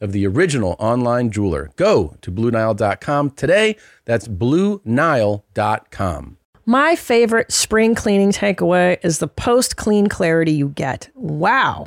of the original online jeweler. Go to BlueNile.com today. That's BlueNile.com.
My favorite spring cleaning takeaway is the post clean clarity you get. Wow.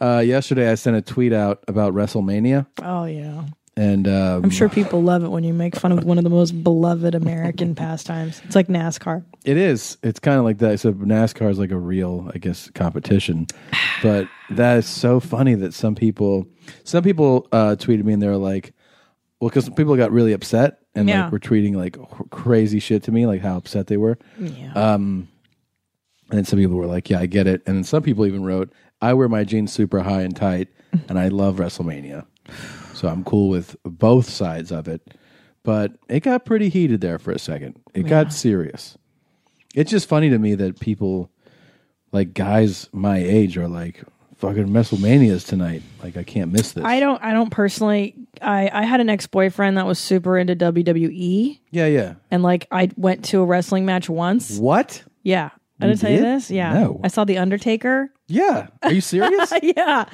uh, yesterday I sent a tweet out about WrestleMania,
Oh yeah.
and um,
I'm sure people love it when you make fun of one of the most beloved American [laughs] pastimes. It's like NASCAR.
It is. It's kind of like that. So NASCAR is like a real, I guess, competition. but that is so funny that some people, some people uh, tweeted me and they were like, well, because people got really upset and
Yeah.
like were tweeting like cr- crazy shit to me, like how upset they were.
Yeah.
Um, and then some people were like, yeah, I get it. And then some people even wrote, I wear my jeans super high and tight and I love WrestleMania. So I'm cool with both sides of it. But it got pretty heated there for a second. It got serious. It's just funny to me that people, like guys my age, are like, fucking WrestleMania's tonight. Like, I can't miss this.
I don't I don't personally I, I had an ex boyfriend that was super into WWE
yeah, yeah.
and like I went to a wrestling match once.
What?
Yeah. I didn't
You
tell you
did?
this. Yeah.
No.
I saw The Undertaker.
Yeah. Are you serious?
[laughs] yeah.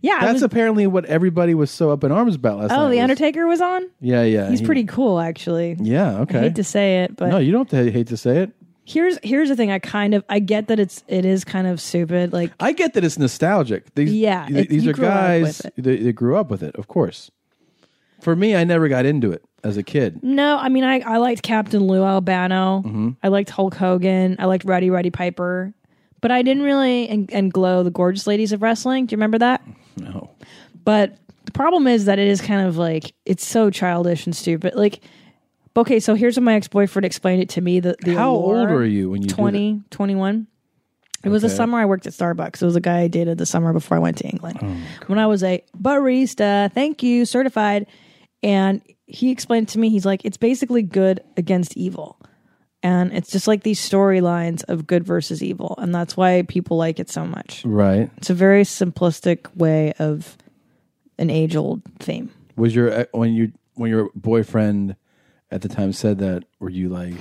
Yeah. I
That's
was-
apparently what everybody was so up in arms about last night.
oh, The
was-
Undertaker was on?
Yeah, yeah.
He's
he-
pretty cool actually.
Yeah, okay.
I hate to say it, but
no, you don't ha- hate to say it.
here's here's the thing. I kind of I get that it's it is kind of stupid. Like
I get that it's nostalgic. These,
Yeah,
th-
it-
these
you
are
grew up
guys
with it.
that that grew up with it, of course. For me, I never got into it as a kid.
No, I mean I, I liked Captain Lou Albano.
Mm-hmm.
I liked Hulk Hogan. I liked Rowdy Roddy Piper. But I didn't really and, and glow the gorgeous ladies of wrestling. Do you remember that?
No.
But the problem is that it is kind of like it's so childish and stupid. Like okay, so here's what my ex-boyfriend explained it to me. The, the
How old
allure.
were you when you did it?
20, 21. It was the
Okay.
summer I worked at Starbucks. It was a guy I dated the summer before I went to
Oh
England. when I was a barista, thank you, certified. And he explained to me, he's like, it's basically good against evil. And it's just like these storylines of good versus evil. And that's why people like it so much.
Right.
It's a very simplistic way of an age old theme.
Was your uh, when you when your boyfriend at the time said that? Were you like?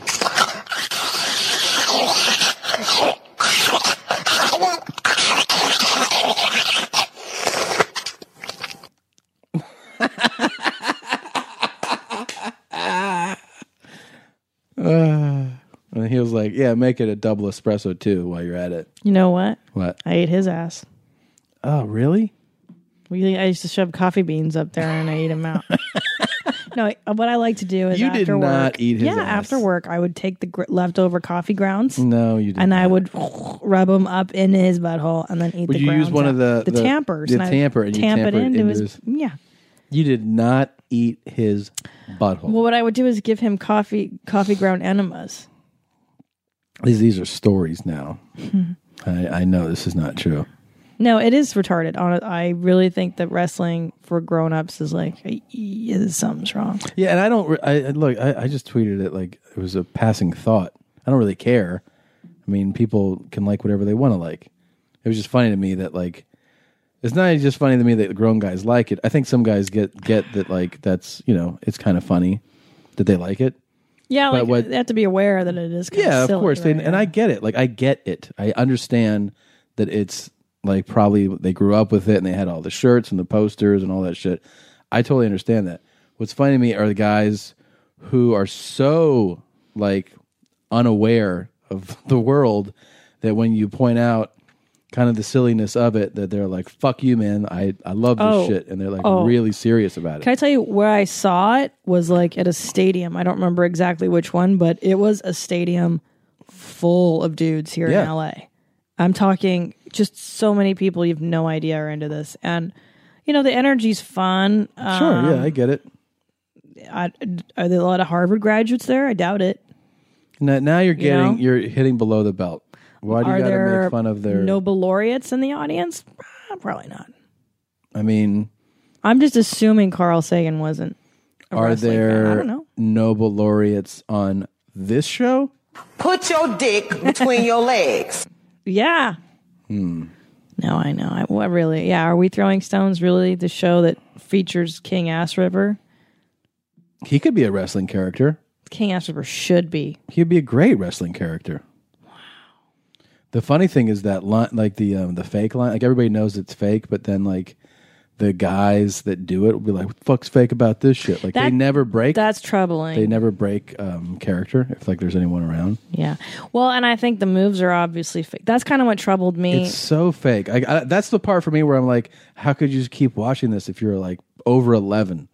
Uh, and he was like, "Yeah, make it a double espresso too while you're at it."
You know what?
What?
I ate his ass.
Oh, really?
We, I used to shove coffee beans up there and I eat them out. [laughs] no, what I like to do is
You
after
did not
work,
eat his
yeah,
ass. Mm-hmm.
after work, I would take the gr- leftover coffee grounds
No, you didn't.
and I would [laughs] rub them up in his butthole and then eat.
Would
the
you use
grounds
one of
out.
the- the-
tampers?
the
and I
tamper and you
tamp it
tamper it
into,
into
his,
his-
yeah.
You did not eat his butthole.
Well, what I would do is give him coffee coffee ground enemas.
These these are stories now. I, I know this is not true.
No, it is retarded. On I really think that wrestling for grown ups is like yeah, something's wrong.
Yeah, and I don't. re- I I- look. I, I just tweeted it like it was a passing thought. I don't really care. I mean, people can like whatever they want to like. It was just funny to me that like it's not just funny to me that grown guys like it. I think some guys get get that like that's you know it's kind of funny that they like it.
Yeah,
But
like
what-
they have to be aware that it is. Kind
yeah
silly,
of course they,
right?
and i get it like i get it i understand that it's like probably they grew up with it and they had all the shirts and the posters and all that shit i totally understand that what's funny to me are the guys who are so like unaware of [laughs] the world that when you point out kind of the silliness of it that they're like fuck you man i, I love this
Oh.
shit and they're like
Oh.
really serious about it
Can I tell you where I saw it was like at a stadium. I don't remember exactly which one, but it was a stadium full of dudes here in
Yeah.
LA. I'm talking just so many people you've no idea are into this. And you know, the energy's fun.
sure
Um,
yeah i get it
I, are there a lot of Harvard graduates there? I doubt it.
now, now you're getting
know?
you are hitting below the belt why do
are
you gotta
there
make fun of their
Nobel laureates in the audience? Ah, Probably not.
I mean,
I'm just assuming Carl Sagan wasn't. a
are
wrestling fan. I
there
don't know.
Nobel laureates on this show?
Put your dick between your legs.
Hmm.
Yeah. No, I know. I, what really? Yeah, are we throwing stones really the show that features King Ass River?
He could be a wrestling character.
King Ass River should be.
He'd be a great wrestling character. The funny thing is that line, like the um, the fake line, like everybody knows it's fake, but then like the guys that do it will be like, "What the fuck's fake about this shit?" Like they
That-
never break.
That's troubling.
they never break um, character if like there's anyone around.
yeah. Well, and I think the moves are obviously fake. That's kind of what troubled me.
It's so fake. I, I, that's the part for me where I'm like, how could you just keep watching this if you're like over eleven?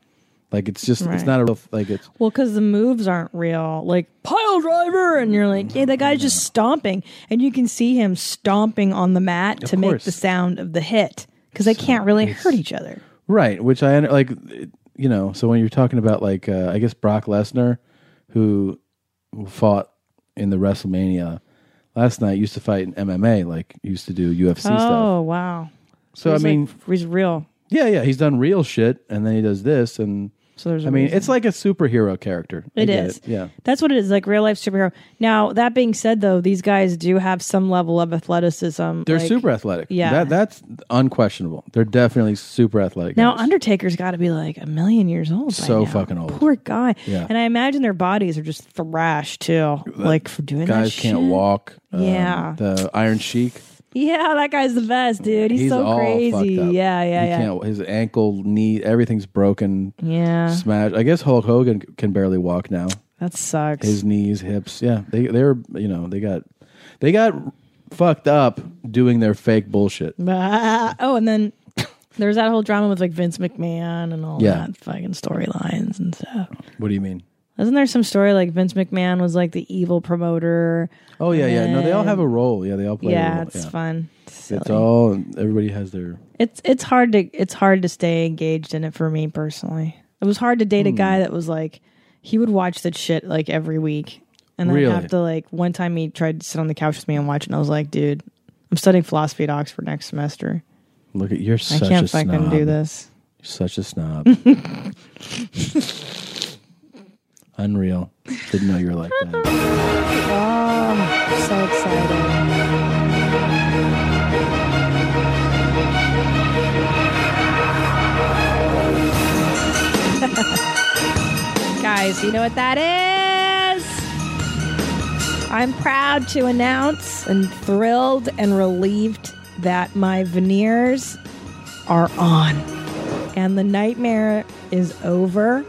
Like it's just it's
Right.
not a real like it's
Well, because the moves aren't real. Like pile driver, and you're like, yeah, that guy's just stomping, and you can see him stomping on the mat to make
course.
the sound of the hit because they can't really hurt each other.
Right, which I under- like, it- you know. So when you're talking about like, uh, I guess Brock Lesnar, who fought in the WrestleMania last night, used to fight in MMA, like used to do UFC
oh
stuff.
wow!
So, I
he's like-
mean-
he's real.
Yeah, yeah, he's done real shit, and then he does this, and
So there's. a
I mean,
reason.
it's like a superhero character. I
It
get
is.
yeah.
That's what it is, like real life superhero. Now, that being said, though, these guys do have some level of athleticism.
They're
like-
super athletic.
yeah.
that, that's unquestionable. They're definitely super athletic.
Now,
guys.
Undertaker's got to be like a million years old. by
So
now.
fucking old.
Poor guy.
Yeah. Uh,
And I imagine their bodies are just thrashed too, like for doing that.
guys can't
shit.
walk. uh,
Yeah.
the Iron Sheik.
Yeah, that guy's the best, dude. He's,
He's
so
all
crazy.
fucked up.
Yeah, yeah,
he
yeah.
Can't, his ankle, knee, everything's broken.
Yeah,
Smash. I guess Hulk Hogan c- can barely walk now.
that sucks.
His knees, hips. Yeah, they they're you know they got they got fucked up doing their fake bullshit.
Ah, oh, and then [coughs] there's that whole drama with like Vince McMahon and all
Yeah.
that fucking storylines and stuff.
What do you mean?
Isn't there some story like Vince McMahon was like the evil promoter?
Oh yeah, yeah. No, they all have a role. Yeah, they all play. a
yeah,
role.
it's fun. Silly.
It's all everybody has their.
It's it's hard to it's hard to stay engaged in it for me personally. It was hard to date a
Hmm.
guy that was like he would watch that shit like every week, and then
Really?
I'd have to like one time he tried to sit on the couch with me and watch, it, and I was like, dude, I'm studying philosophy at Oxford next semester.
Look at you're such
I can't
a snob.
fucking do this.
You're such
[laughs]
a snob. Unreal. Didn't know you were like
[laughs]
that.
So excited. Guys, you know what that is? I'm proud to announce and thrilled and relieved that my veneers are on and the nightmare is over.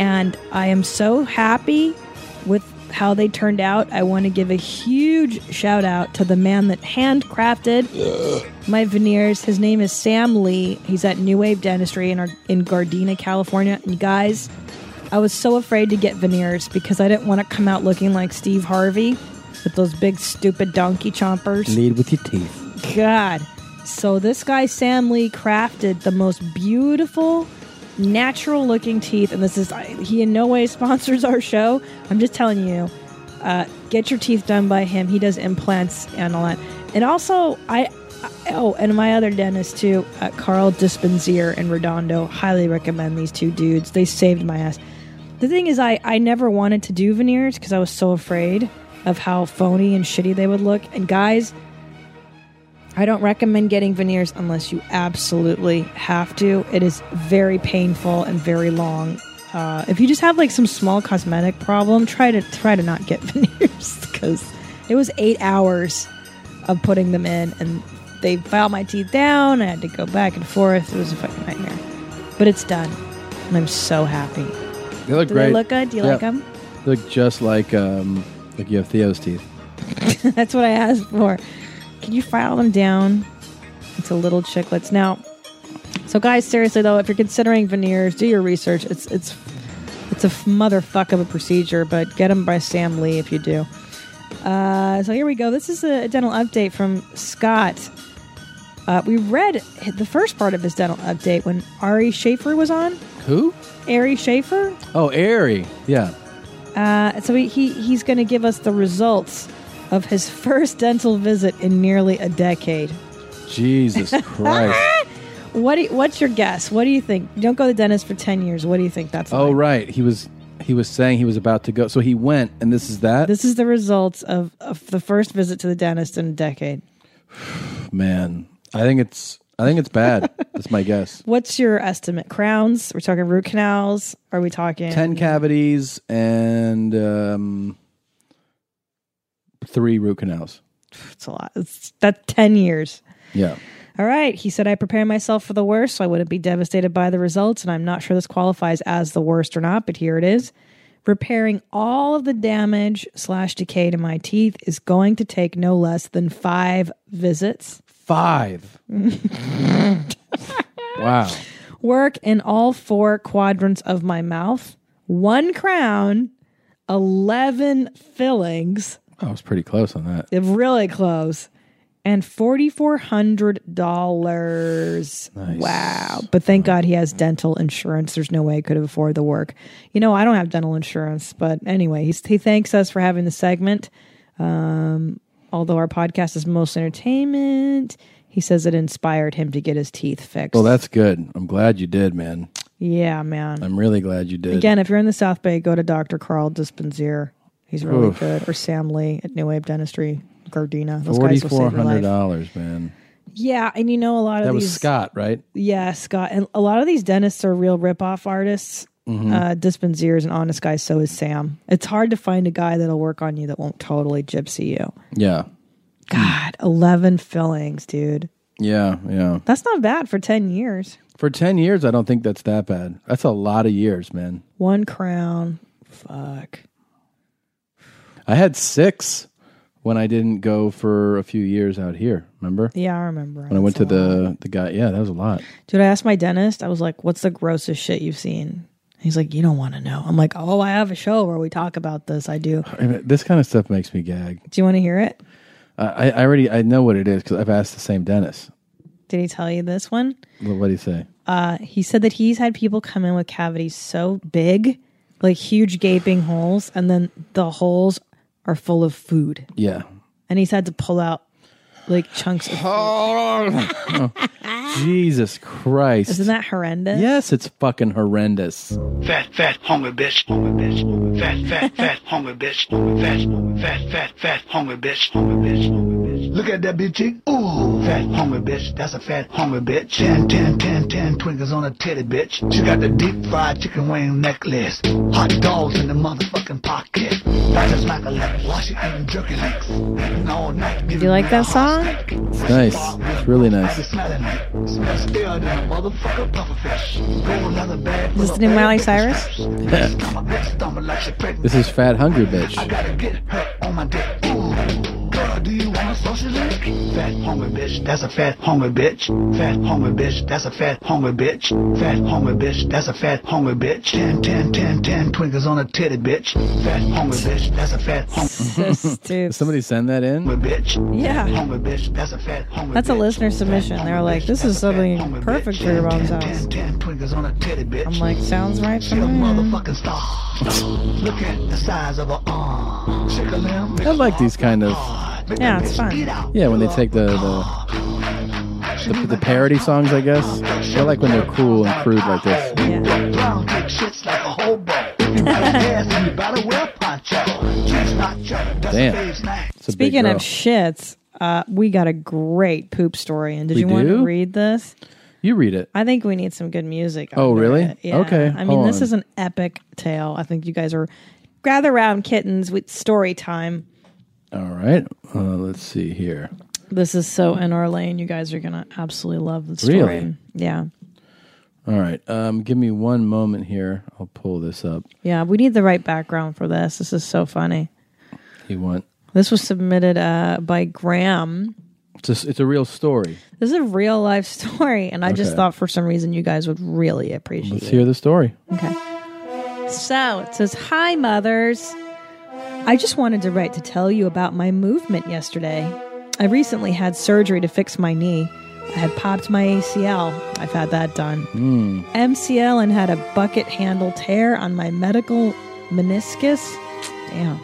And I am so happy with how they turned out. I want to give a huge shout out to the man that handcrafted my veneers. His name is Sam Lee. He's at New Wave Dentistry in, our, in Gardena, California. And you guys, I was so afraid to get veneers because I didn't want to come out looking like Steve Harvey with those big, stupid donkey chompers.
Lead with your teeth.
God. So this guy Sam Lee crafted the most beautiful natural looking teeth and this is I- he in no way [laughs] sponsors our show. I'm just telling you. Uh, get your teeth done by him. He does implants and all that. And also I I- Oh, and my other dentist too, uh, Carl Dispensier in Redondo. Highly recommend these two dudes. They saved my ass. The thing is, I, I never wanted to do veneers because I was so afraid of how phony and shitty they would look. And guys, I don't recommend getting veneers unless you absolutely have to. It is very painful and very long. Uh, if you just have like some small cosmetic problem, try to try to not get [laughs] veneers because it was eight hours of putting them in, and they filed my teeth down. I had to go back and forth. It was a fucking nightmare, but it's done, and I'm so happy.
They look
Do
great.
they look good? Do you
Yeah.
like 'em? like them?
They Look just like um, like you have Theo's teeth.
That's what I asked for. Can you file them down into little chiclets? Now, so guys, seriously though, if you're considering veneers, do your research. It's it's it's a motherfuck of a procedure, but get them by Sam Lee if you do. Uh, so here we go. This is a dental update from Scott. Uh, we read the first part of his dental update when Ari Schaefer was on.
Who?
Ari Schaefer.
Oh, Airy. Yeah.
Uh, so he, he he's going to give us the results of his [laughs] first dental visit in nearly a decade. [laughs]
Jesus Christ.
What do you- what's your guess? What do you think? You don't go to the dentist for ten years. What do you think that's?
oh,
like?
right. He was he was saying he was about to go, so he went, and this is that.
This is the results of, of the first visit to the dentist in a decade.
man, I think it's I think
[laughs]
it's bad. That's my guess.
What's your estimate? Crowns? We're talking root canals? Are we talking
Ten cavities and um, three root canals.
It's a lot. It's, that's ten years.
Yeah.
All right. He said, I prepare myself for the worst, so I wouldn't be devastated by the results. And I'm not sure this qualifies as the worst or not, but here it is. Repairing all of the damage slash decay to my teeth is going to take no less than five visits. [laughs]
Five. wow.
Work in all four quadrants of my mouth, one crown, 11 fillings.
I was pretty close on that.
They're really close. And forty four hundred dollars. Wow! But thank God he has dental insurance. There's no way he could have afforded the work. You know, I don't have dental insurance, but anyway, he's, he thanks us for having the segment. Um, although our podcast is mostly entertainment, he says it inspired him to get his teeth fixed.
Well, that's good. I'm glad you did, man.
yeah, man.
I'm really glad you did.
Again, if you're in the South Bay, go to Dr. Carl Dispenzier. He's really
Oof.
good. Or Sam Lee at New Wave Dentistry, Gardena. Those
forty
guys will
four
save your
hundred
life.
dollars, man.
Yeah, and you know a lot of
That
these.
was Scott, right?
Yeah, Scott, and a lot of these dentists are real ripoff artists.
Mhm.
Uh, Dispenzier is an honest guy. So is Sam. It's hard to find a guy that'll work on you that won't totally gypsy you.
Yeah. Hmm.
God, eleven fillings, dude.
Yeah. Yeah.
That's not bad for ten years.
For ten years, I don't think that's that bad. That's a lot of years, man.
One crown. Fuck.
I had six when I didn't go for a few years out here. Remember?
Yeah, I remember.
When I went to the the guy, yeah, that was a lot.
Dude, I asked my dentist, I was like, what's the grossest shit you've seen? He's like, you don't want to know. I'm like, oh, I have a show where we talk about this. I
[laughs]
do.
I mean, This kind of stuff makes me gag.
Do you want to hear it?
I, I I already I know what it is because I've asked the same dentist.
Did he tell you this one?
What would he say?
Uh, he said that he's had people come in with cavities so big, like huge gaping holes, and then the holes are full of food.
Yeah.
And he's had to pull out like chunks of food.
[laughs] Jesus Christ!
Isn't that horrendous?
Yes, it's fucking horrendous.
Fat, fat, hungry bitch, hungry bitch, fat, fat, fat, hungry bitch, fat, fat, fat, fat, hungry bitch, hungry bitch, hungry bitch. Look at that bitch, ooh, fat, hungry bitch. That's a fat, hungry bitch. Ten, ten, ten, ten twinkles on a titty, bitch. She got the deep fried chicken wing necklace, hot dogs in the motherfucking pocket. That is like a leg, while she ain't jerking legs. And all night,
You like that song?
It's nice. It's really nice.
smelling it, smells stale than a motherfucking pufferfish. Roll another bag. full of
Listening to
bad
Miley
bitches.
Cyrus?
Stomach, stomach like she pregnant.
This is fat hungry bitch.
Gotta get her on my dick. Ooh, girl, do you want a social link? Fat hungry bitch, that's a fat hungry bitch. Fat hungry bitch, that's a fat hungry bitch. Fat hungry bitch, that's a fat hungry bitch. Ten, ten, ten, ten twinkles on a titty, bitch. Fat hungry bitch, that's a fat hungry
So [laughs] stupid.
Somebody send that in.
bitch.
Yeah.
Hungry bitch, that's a fat hungry
That's a
bitch.
listener submission. They were like, this is something perfect for your mom's house.
Ten, ten twinkles on a titty, bitch.
I'm like, mm. sounds right for
She a
me.
motherfucking star. Look at the size of uh, her arm. Shake a limb.
I like these kind of
Yeah, it's fun.
yeah when they take the the the, the parody songs. I guess I like when they're cool and crude like this.
Yeah.
Brown dick shits like a hobo. If you got a ass, then you better wear a poncho. Cheese nacho. That's
Damn.
a fave snack.
It's a big
Speaking of
girl.
shits, uh, we got a great poop story. And did
We
you want to
do?
read this?
you read it.
I think we need some good music.
Oh,
under
really?
it. Yeah.
Okay,
I mean,
hold
this
on.
is an epic tale. I think you guys are gather round kittens with story time.
All right. Uh, let's see here.
This is so in our lane. You guys are gonna absolutely love the story.
Really?
Yeah.
All right. Um, give me one moment here. I'll pull this up.
Yeah. We need the right background for this. This is so funny.
You want?
This was submitted uh, by Graham.
It's a, s- it's a real story.
This is a real life [laughs] story, and I just
Okay.
thought for some reason you guys would really appreciate
Let's
it.
hear the story.
Okay. So it says, Hi, mothers. I just wanted to write to tell you about my movement yesterday. I recently had surgery to fix my knee. I had popped my ACL. I've had that done. MCL and had a bucket handle tear on my medical meniscus. Damn.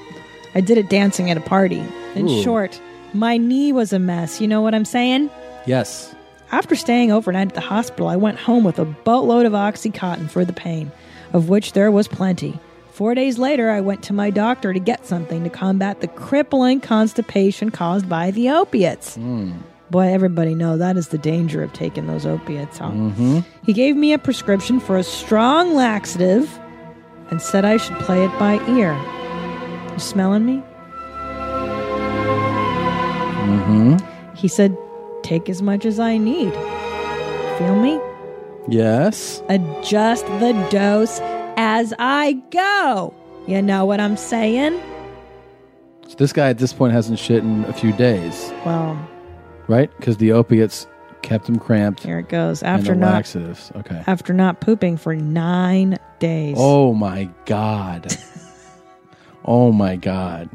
I did it dancing at a party. In
Ooh.
short, my knee was a mess. You know what I'm saying?
Yes.
After staying overnight at the hospital, I went home with a boatload of Oxycontin for the pain, of which there was plenty. Four days later, I went to my doctor to get something to combat the crippling constipation caused by the opiates. Boy, everybody know that is the danger of taking those opiates, huh? He gave me a prescription for a strong laxative and said I should play it by ear. You smelling me? Mm-hmm. He said, take as much as I need. Feel me?
Yes.
adjust the dose as I go. You know what I'm saying?
So this guy at this point hasn't shit in a few days,
Well,
right? Because the opiates kept him cramped
here it goes.
and
After
the
not
laxatives. Okay.
after not pooping for nine days.
Oh my god. [laughs] oh my god.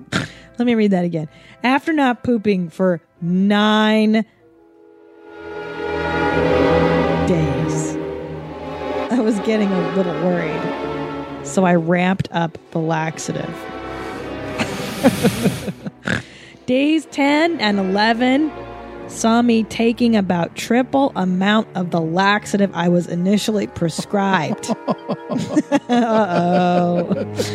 Let me read that again. After not pooping for nine days, I was getting a little worried. So I ramped up the laxative. [laughs] days 10 and 11 saw me taking about triple amount of the laxative I was initially prescribed. Uh-oh. this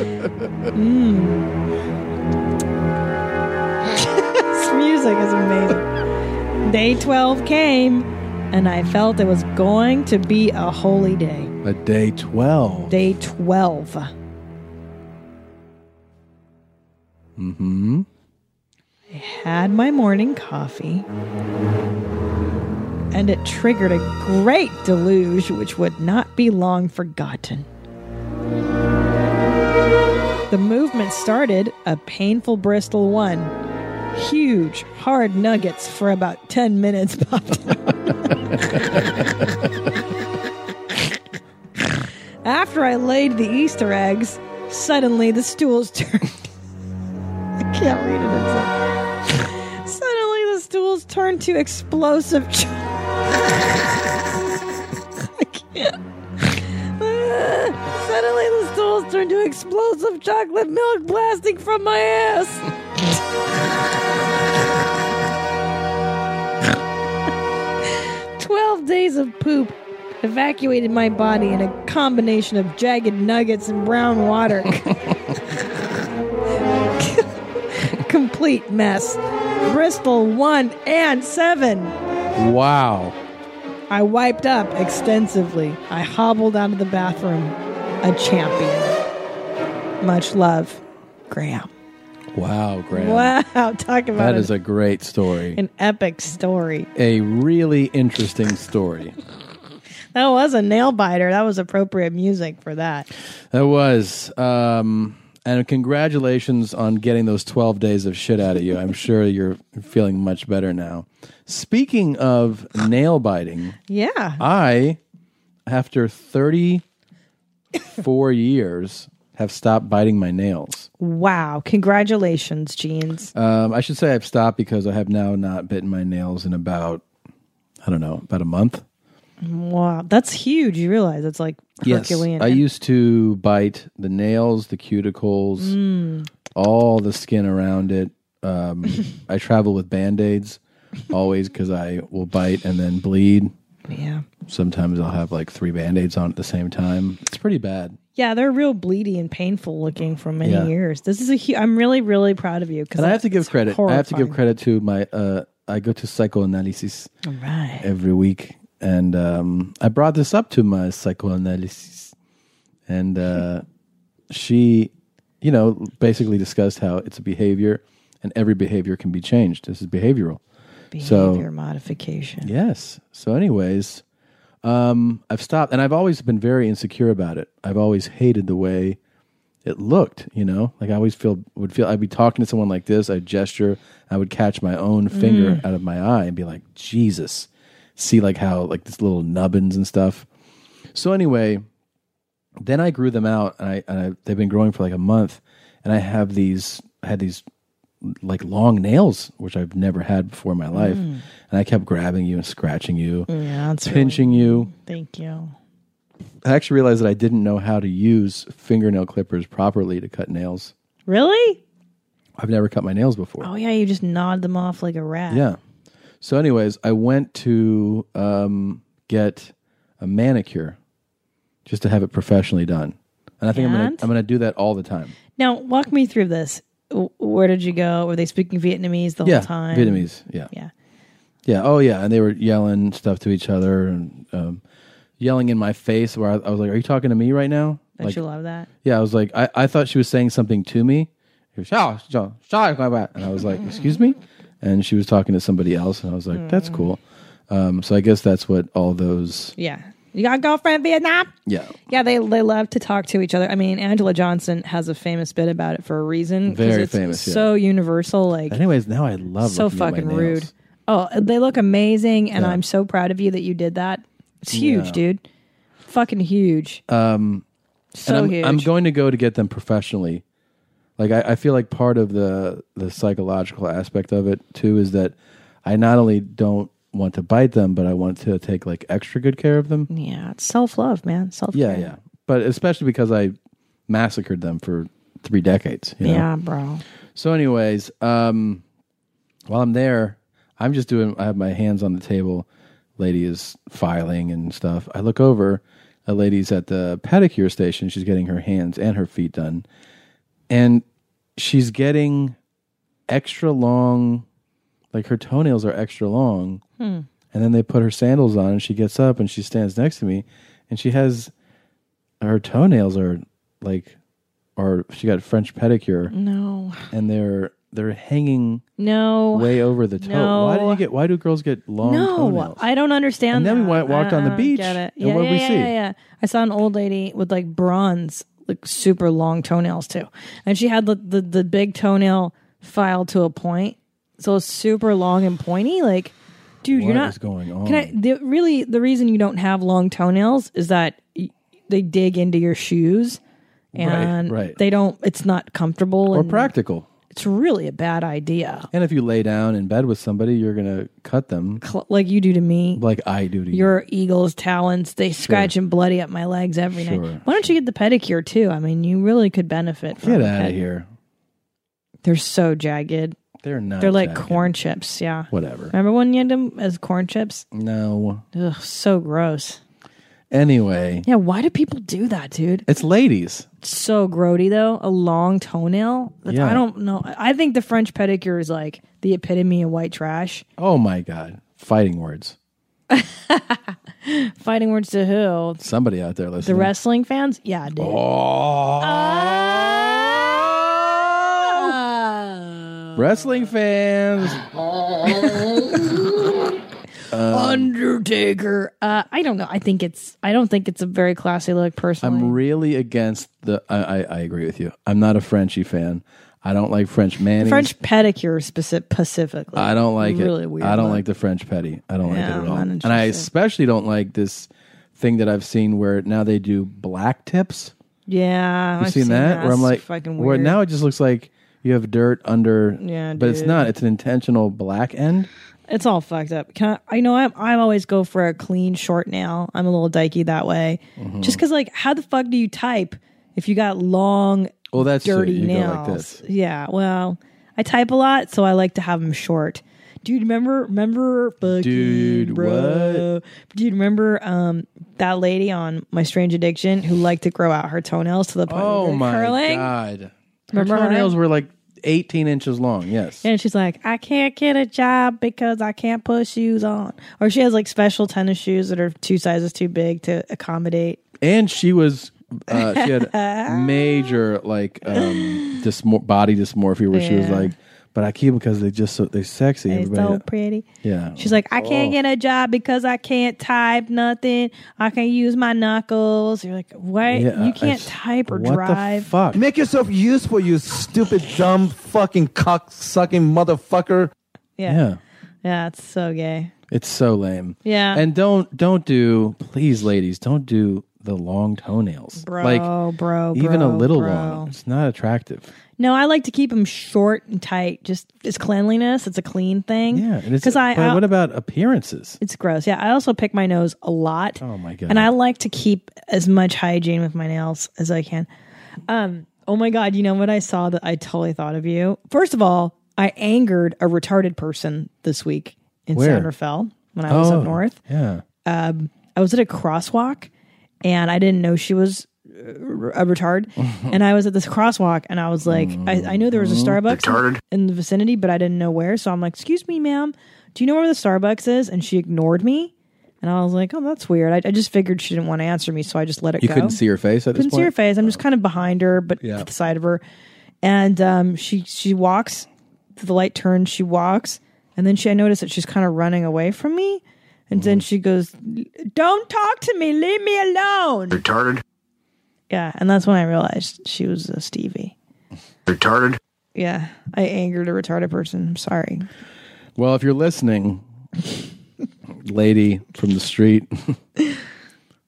music is amazing. Day 12 came, and I felt it was going to be a holy day.
A day twelve.
Day 12. Mm-hmm. I had my morning coffee, and it triggered a great deluge which would not be long forgotten. The movement started a painful Bristol one. Huge, hard nuggets for about 10 minutes popped After I laid the Easter eggs, suddenly the stools [laughs] turned. I can't read it. it's- suddenly the stools turned to explosive. [laughs] Ch- I can't. Ah, suddenly the stools turned to explosive chocolate milk blasting from my ass. Twelve days of poop evacuated my body in a combination of jagged nuggets and brown water. [laughs] Complete mess. Bristol 1 and 7.
Wow.
I wiped up extensively. I hobbled out of the bathroom, a champion. Much love, Graham.
Wow, Graham.
Wow, [laughs] talk about
That
an,
is a great story.
an epic story.
a really interesting story.
That was a nail biter. That was appropriate music for that.
That was. Um, and congratulations on getting those 12 days of shit out of you. I'm sure you're feeling much better now. Speaking of nail biting,
Yeah.
I, after 34 [laughs] years, have stopped biting my nails.
Wow. Congratulations, Jeans.
Um, I should say I've stopped because I have now not bitten my nails in about, I don't know, about a month.
Wow, that's huge. You realize it's like Herculean.
I used to bite the nails, the cuticles, all the skin around it. Um, I travel with band aids always because I will bite and then bleed.
yeah,
Sometimes I'll have like three band aids on at the same time. It's pretty bad.
yeah, they're real bleedy and painful looking for many
Yeah.
years. This is a huge. I'm really, really proud of you because
And I have to give credit. I have to give
horrifying.
credit to my. Uh, I go to psychoanalysis
Right.
every week, and um, I brought this up to my psychoanalysis, and uh, she, you know, basically discussed how it's a behavior, and every behavior can be changed. This is behavioral.
Behavior modification.
Yes. So, anyways, um, I've stopped, and I've always been very insecure about it. I've always hated the way it looked. You know, like I always feel would feel. I'd be talking to someone like this. I'd gesture. I would catch my own finger out of my eye and be like, Jesus. See, like how like this little nubbins and stuff. So anyway, then I grew them out, and I, and I they've been growing for like a month, and I have these I had these like long nails, which I've never had before in my life,
Mm.
and I kept grabbing you and scratching you,
Yeah, that's really-
pinching you.
Thank you.
I actually realized that I didn't know how to use fingernail clippers properly to cut nails.
Really?
I've never cut my nails before.
Oh yeah, you just nod them off like a rat.
Yeah. So, anyways, I went to um, get a manicure just to have it professionally done, and I think I'm gonna
And?
I'm gonna do that all the time.
Now walk me through this. W- Where did you go? Were they speaking Vietnamese the
yeah,
whole time?
Vietnamese. Yeah.
Yeah.
Yeah. Oh, yeah. And they were yelling stuff to each other and um, yelling in my face. Where I, I was like, "Are you talking to me right now?"
Don't
Like,
you love that?
yeah. I was like, I, I thought she was saying something to me. She was, "Oh, so- sorry about that." and I
[laughs]
was like, "Excuse me," and she was talking to somebody else, and I was like, "That's
Hmm.
cool." Um, so I guess that's what all those.
Yeah. You got a girlfriend in Vietnam?
Yeah.
Yeah, they they love to talk to each other. I mean, Angela Johnson has a famous bit about it for a reason. 'cause
Very
it's
famous, yeah.
So universal, like
Anyways, now I love
so
looking at my
fucking
nails.
rude. Oh, they look amazing, and I'm so proud of you that you did that. It's huge,
Yeah.
dude. Fucking huge. Um, so
and I'm,
huge.
I'm going to go to get them professionally. Like I, I feel like part of the the psychological aspect of it too is that I not only don't want to bite them, but I want to take like extra good care of them.
yeah, it's self love, man. Self.
Yeah, yeah. But especially because I massacred them for three decades. you know?
Yeah, bro.
So, anyways, um, while I'm there, I'm just doing. I have my hands on the table. Lady is filing and stuff. I look over. A lady's at the pedicure station. She's getting her hands and her feet done, and she's getting extra long. Like her toenails are extra long. And then they put her sandals on, and she gets up and she stands next to me, and she has her toenails are like, or she got French pedicure
No,
and they're they're hanging
no,
way over the toe.
no.
Why do you get? Why do girls get long
no.
toenails?
I don't understand.
And then we
that.
went- walked
I-
on the
I don't
beach,
get it.
and
Yeah,
what did
yeah,
we
yeah,
see?
Yeah, yeah. I saw an old lady with like bronze, like super long toenails too, and she had the the, the big toenail filed to a point, so it's super long and pointy. Like, dude, you're
What
not
is going on?
Can I? The, really, the reason you don't have long toenails is that y- they dig into your shoes, and
right.
they don't. It's not comfortable.
Or
and
practical.
It's really a bad idea.
And if you lay down in bed with somebody, you're gonna cut them
Cl- Like you do to me.
like I do to you.
your eagle's talons. They scratch and bloody up my legs every
Sure.
night. Why don't you get the pedicure too? I mean, you really could benefit from
Get
a
out of
ped-
here.
They're so jagged.
They're not.
They're like
jagged.
corn chips. Yeah.
Whatever.
Remember when you had them as corn chips?
No.
Ugh, so gross.
Anyway,
Yeah, why do people do that, dude?
it's ladies.
It's so grody though. A long toenail. That's,
Yeah.
I don't know. I think the French pedicure is like the epitome of white trash.
Oh my god. Fighting words.
Fighting words to who?
Somebody out there listening.
The wrestling fans? Yeah, dude.
Oh. Wrestling fans. Um,
Undertaker. Uh, I don't know. I think it's. I don't think it's a very classy look, personally.
I'm really against the. I, I, I agree with you. I'm not a Frenchie fan. I don't like French Manny.
French pedicure speci- specifically.
I don't like it.
Really weird.
I don't
look.
like the French petty. I
Yeah,
don't like it at
I'm
all.
not
And I
interested.
especially don't like this thing that I've seen where now they do black tips.
Yeah,
I've seen, that, where
That's
I'm like,
fucking
where
weird.
now it just looks like you have dirt under.
Yeah,
but it's
dude.
not. It's an intentional black end.
it's all fucked up. Can I, I know I'm. I always go for a clean short nail. I'm a little dykey that way,
Mm-hmm.
just because like, how the fuck do you type if you got long,
Well, that's true.
dirty
You go
nails?
like this.
Yeah. Well, I type a lot, so I like to have them short. Dude, remember, remember, fucking
Dude,
bro. Dude, remember um that lady on My Strange Addiction who liked to grow out her toenails to the point where
Oh
they're
my
curling?
god!
Remember
her
her?
toenails were like 18 inches long. Yes.
And she's like, I can't get a job because I can't put shoes on. Or she has like special tennis shoes that are two sizes too big to accommodate.
and she was uh, she
[laughs]
had major like um dysmor- body dysmorphia where she was
Yeah.
like but i keep 'em because they just so they're sexy
It's so
everybody
pretty.
yeah
She's like, I can't
Oh.
get a job because I can't type nothing. I can use my knuckles. You're like, what?
Yeah,
you can't
it's-
type or
what
drive.
the fuck
Make yourself useful, you stupid, dumb, fucking cock sucking motherfucker.
yeah. yeah.
yeah
it's so gay.
it's so lame
Yeah.
and don't don't do please ladies don't do the long toenails
Bro,
like
bro, bro.
even a little
bro.
long it's not attractive
No, I like to keep them short and tight. Just it's cleanliness. It's a clean thing.
yeah and it's
because I,
but
I
what about appearances
It's gross. Yeah, I also pick my nose a lot.
Oh, my God.
And I like to keep as much hygiene with my nails as I can. Um, oh my god, you know what I saw that I totally thought of you. First of all, I angered a retarded person this week in
Where?
San Rafael when I was
Oh,
up north. Um,
yeah
I was at a crosswalk and I didn't know she was uh, a retard. and I was at this crosswalk and I
Mm-hmm.
was like, I, I knew there was a Starbucks in the vicinity, but I didn't know where. So I'm like, excuse me, ma'am. Do you know where the Starbucks is? And she ignored me. And I was like, oh, that's weird. I, I just figured she didn't want to answer me, so I just let it
You
go.
couldn't see her face at this
couldn't see her
point?
face. I'm just kind of behind her, but
Yeah.
to the side of her. And um, she she walks. The light turns. She walks, and then she I notice that she's kind of running away from me. And then
Mm-hmm.
she goes, "Don't talk to me. Leave me alone."
Retarded.
Yeah, and that's when I realized she was a Stevie.
Retarded.
Yeah, I angered a retarded person. I'm sorry.
Well, if you're listening, lady from the street,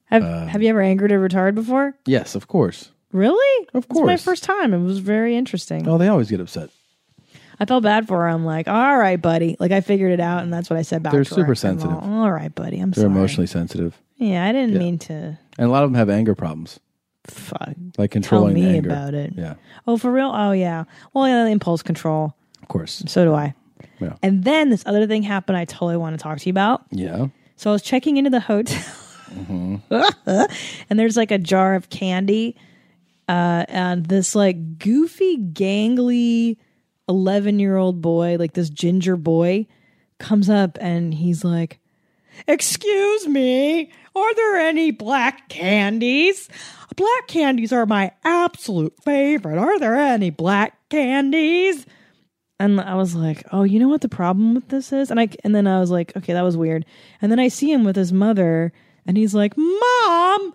Have
Uh,
Have you ever angered a retard before?
yes, of course.
Really? Of It's my
course.
first time. It was very interesting.
Oh, they always get upset.
I felt bad for her. I'm like, all right, buddy. Like I figured it out, and that's what I said back.
They're
to her.
super
I'm
sensitive.
all, all right, buddy. I'm
They're
sorry.
emotionally sensitive.
Yeah, I didn't
Yeah.
mean to.
And a lot of them have anger problems.
Fuck.
Like controlling
Tell
the
me
anger.
about it.
Yeah,
Oh, for real? Oh, yeah. Well, yeah, impulse control.
of course.
So do I.
Yeah.
And then this other thing happened. I totally want to talk to you about.
Yeah.
So I was checking into the hotel. [laughs]
hmm
and there's like a jar of candy uh, and this like goofy gangly 11 year old boy like this ginger boy comes up and he's like excuse me are there any black candies black candies are my absolute favorite are there any black candies and I was like, "Oh, you know what the problem with this is?" And I and then I was like, "Okay, that was weird." And then I see him with his mother, and he's like, "Mom,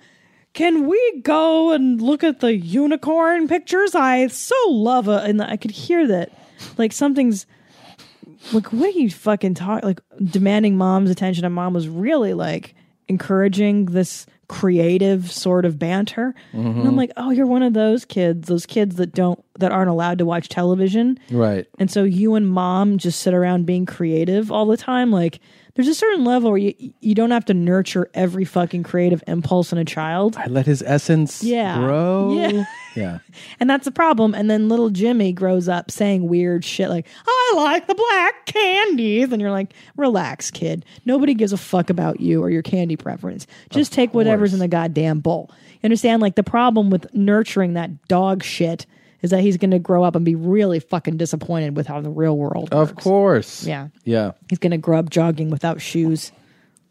can we go and look at the unicorn pictures? I so love it." And I could hear that, like something's like, "What are you fucking talking?" Like demanding mom's attention, and mom was really like encouraging this creative sort of banter. And I'm
Mhm.
like, "Oh, you're one of those kids, those kids that don't that aren't allowed to watch television."
Right.
And so you and mom just sit around being creative all the time. Like there's a certain level where you you don't have to nurture every fucking creative impulse in a child.
I let his essence
Yeah.
grow.
Yeah. [laughs]
Yeah.
And that's the problem. And then little Jimmy grows up saying weird shit like, I like the black candies. And you're like, relax, kid. Nobody gives a fuck about you or your candy preference. Just take whatever's in the goddamn bowl. You understand? Like, the problem with nurturing that dog shit is that he's going to grow up and be really fucking disappointed with how the real world [laughs]
Of course.
Yeah.
Yeah.
He's going to grow up jogging without shoes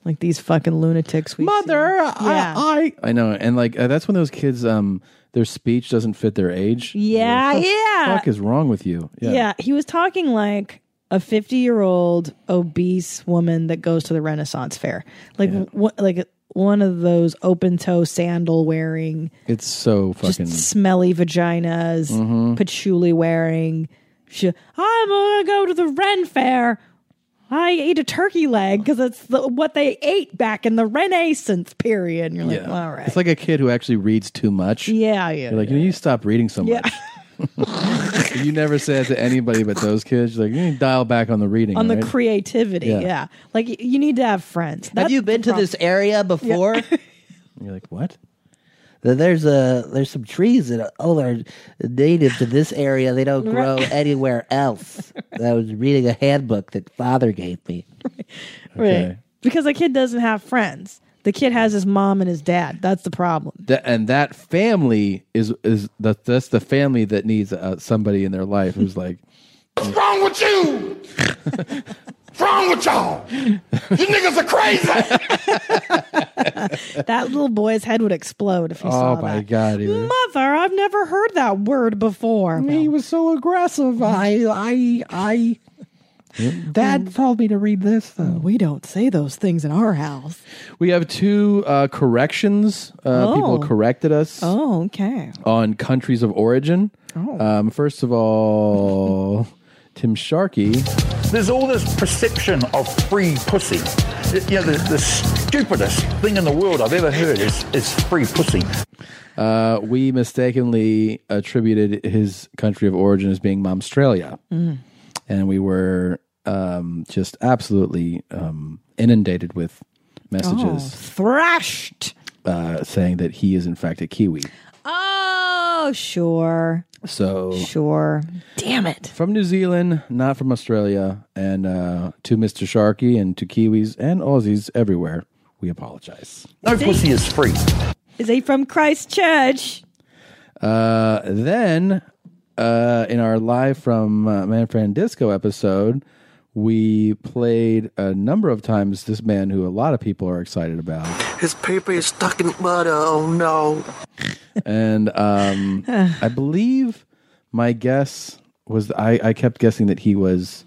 like these fucking lunatics we
Mother,
Yeah.
I, I know. And like uh, that's when those kids um their speech doesn't fit their age.
Yeah,
What the
yeah.
Fuck is wrong with you?
Yeah. he was talking like a 50 year old obese woman that goes to the Renaissance fair. Like, wha- like one of those open toe sandal wearing,
It's so fucking
smelly vaginas,
Mhm.
patchouli wearing. She, I'm gonna go to the Ren fair. I ate a turkey leg because it's the, what they ate back in the Renaissance period. And you're like,
Yeah.
all right.
It's like a kid who actually reads too much.
Yeah, yeah.
You're like, you stop reading so
yeah.
much. you never say it to anybody but those kids. You're like, you need to dial back on the
[laughs]
reading.
on
right?
the creativity.
Yeah.
Yeah. Like y- you need to have friends. That's
you been
the
to
problem.
this area before? [laughs]
And You're like, what?
That There's a there's some trees that all are oh, native to this area. They don't grow
Right.
anywhere else. I was reading a handbook that father gave me.
Right. Because the kid doesn't have friends. The kid has his mom and his dad. That's the
[laughs]
problem.
That, and that family is is that that's the family that needs uh, somebody in their life who's
[laughs]
like,
What's wrong with you? What's wrong with y'all? You niggas are crazy.
That little boy's head would explode if he saw
oh
that.
my god, he was-
Mother, I've never heard that word before.
[laughs] He was so aggressive. I, I, I. Dad told me to read this though.
We don't say those things in our house.
We have two uh, corrections. Uh, People
Oh.
corrected us
Oh, okay.
on countries of origin.
Oh.
Um, first of all, [laughs] Tim Sharkey.
There's all this perception of free pussy. You know, the, the stupidest thing in the world I've ever heard is, is free pussy.
Uh, we mistakenly attributed his country of origin as being Momstralia.
Mm.
And we were um, just absolutely um, inundated with
Oh,
messages
thrashed.
uh, saying that he is, in fact, a Kiwi.
Oh, sure.
So
sure, damn it.
From New Zealand, not from Australia, and uh, to Mr. Sharkey and to Kiwis and Aussies everywhere, we apologize.
No pussy is free.
Is he from Christchurch?
Uh, then, uh, in our live from uh, Man Fran Disco episode, we played a number of times this man who a lot of people are excited about.
[laughs]
His paper is stuck in butter. Oh no.
and um, I believe my guess was I, I kept guessing that he was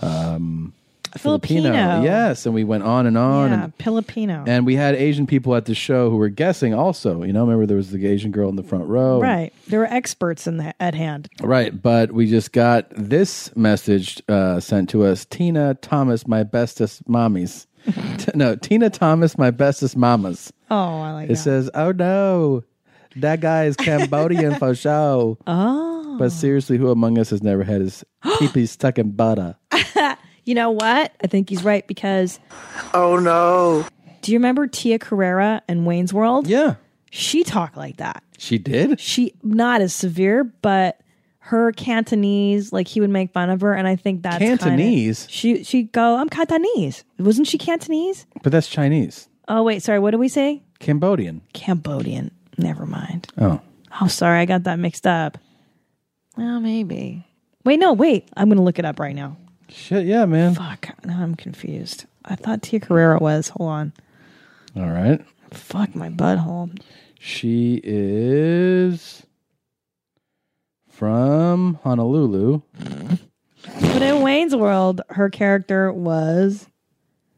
um, Filipino.
Filipino.
Yes, and we went on and on.
yeah,
and,
Filipino.
and we had Asian people at the show who were guessing also. You know, remember there was the Asian girl in the front row.
Right. There were experts in the, at hand.
Right, but we just got this message uh, sent to us. Tina Thomas, my bestest mommies. T- no, Tina Thomas, my bestest mamas.
Oh, I like
It says, "Oh no, that guy is Cambodian for show."
Oh.
But seriously, who among us has never had his peepee stuck in butter?
You know what? I think he's right because.
Oh no!
Do you remember Tia Carrera and Wayne's World?
Yeah,
she talked like that.
She did.
She not as severe, but her Cantonese, like he would make fun of her, and I think that's kinda-
Cantonese?
she she'd go, "I'm Cantonese." Wasn't she Cantonese?
But that's Chinese,
Oh wait, sorry. What did we say?
Cambodian.
Cambodian. Never mind.
Oh,
Oh, sorry, I got that mixed up. Well, maybe. Wait, no, wait. I'm gonna look it up right now.
Shit, yeah, man.
Fuck. Now I'm confused. I thought Tia Carrera was. Hold on.
all right.
Fuck my butthole.
She is from Honolulu.
But in Wayne's World, her character was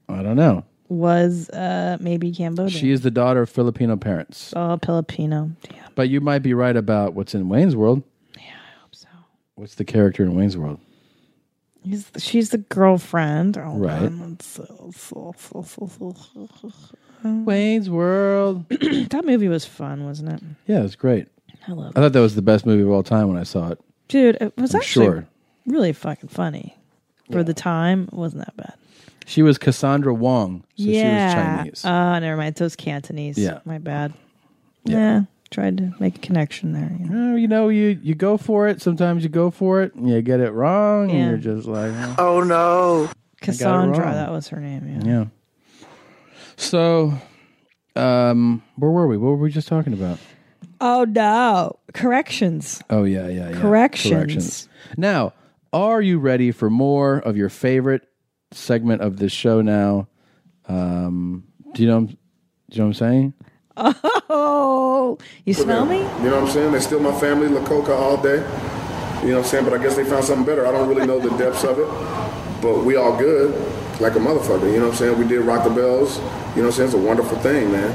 I don't know.
was uh maybe Cambodian.
She is the daughter of Filipino parents.
oh Filipino.
But you might be right about what's in Wayne's World. Yeah, I hope so. What's the character in Wayne's World?
He's, she's the girlfriend. Oh,
Right.
man, it's so- so- so- so- so-
Mm. Wayne's World.
that movie was fun, wasn't it?
[clears throat] Yeah, it's great.
I love
I thought that was the best movie of all time when I saw it.
Dude, it was
I'm
actually
sure.
really fucking funny. For the time, it wasn't that bad.
She was Cassandra Wong, so
yeah.
she was Chinese.
Oh, never mind. So it's Cantonese.
Yeah.
My bad.
Yeah.
Yeah. Tried to make a connection there. You know?
Oh, you know, you you go for it. Sometimes you go for it and you get it wrong,
Yeah.
and you're just like, "Oh,
Oh no.
Cassandra, that was her name. Yeah.
yeah. So, um, where were we? What were we just talking about?
Oh no. Corrections.
Oh yeah, yeah, yeah.
Corrections.
Now, are you ready for more of your favorite segment of this show? Now, um, do you know? Do you know what I'm saying?
Oh, you smell me?
You know what I'm saying? They steal my family, La Coca, all day. You know what I'm saying? But I guess they found something better. I don't really know the depths of it. But we all good, like a motherfucker. You know what I'm saying? We did Rock the Bells. You know what I'm saying? It's a wonderful thing, man.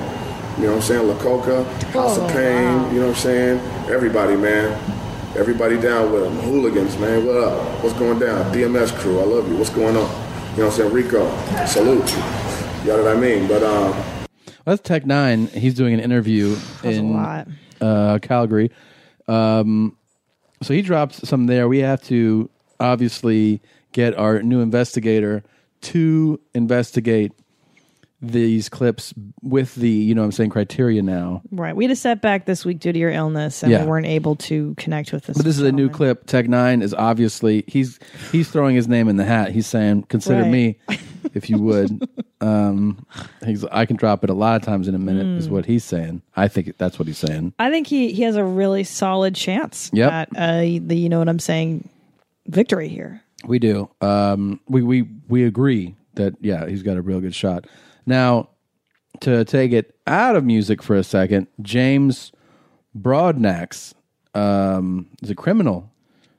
You know what I'm saying? La Coca, House
Oh,
of Pain.
wow.
You know what I'm saying? Everybody, man. Everybody down with them. Hooligans, man. What up? What's going down? DMS crew, I love you. What's going on? You know what I'm saying? Rico, salute you. You know what I mean? But, um,
Well, that's Tech Nine. He's doing an interview in Uh, Calgary. Um, so he drops some there. We have to obviously get our new investigator to investigate these clips with the you know what I'm saying criteria now.
Right. We had a setback this week due to your illness and
Yeah.
we weren't able to connect with this.
But this is a new clip. Tech Nine is obviously he's he's throwing his name in the hat. He's saying, "Consider
Right.
me, [laughs] if you would." um, he's I can drop it a lot of times in a minute. Is
Mm.
what he's saying. I think that's what he's saying.
I think he, he has a really solid chance
Yep.
at uh, the you know what I'm saying victory here.
We do. Um, we we we agree that yeah, he's got a real good shot. Now, to take it out of music for a second, James Broadnax um, is a criminal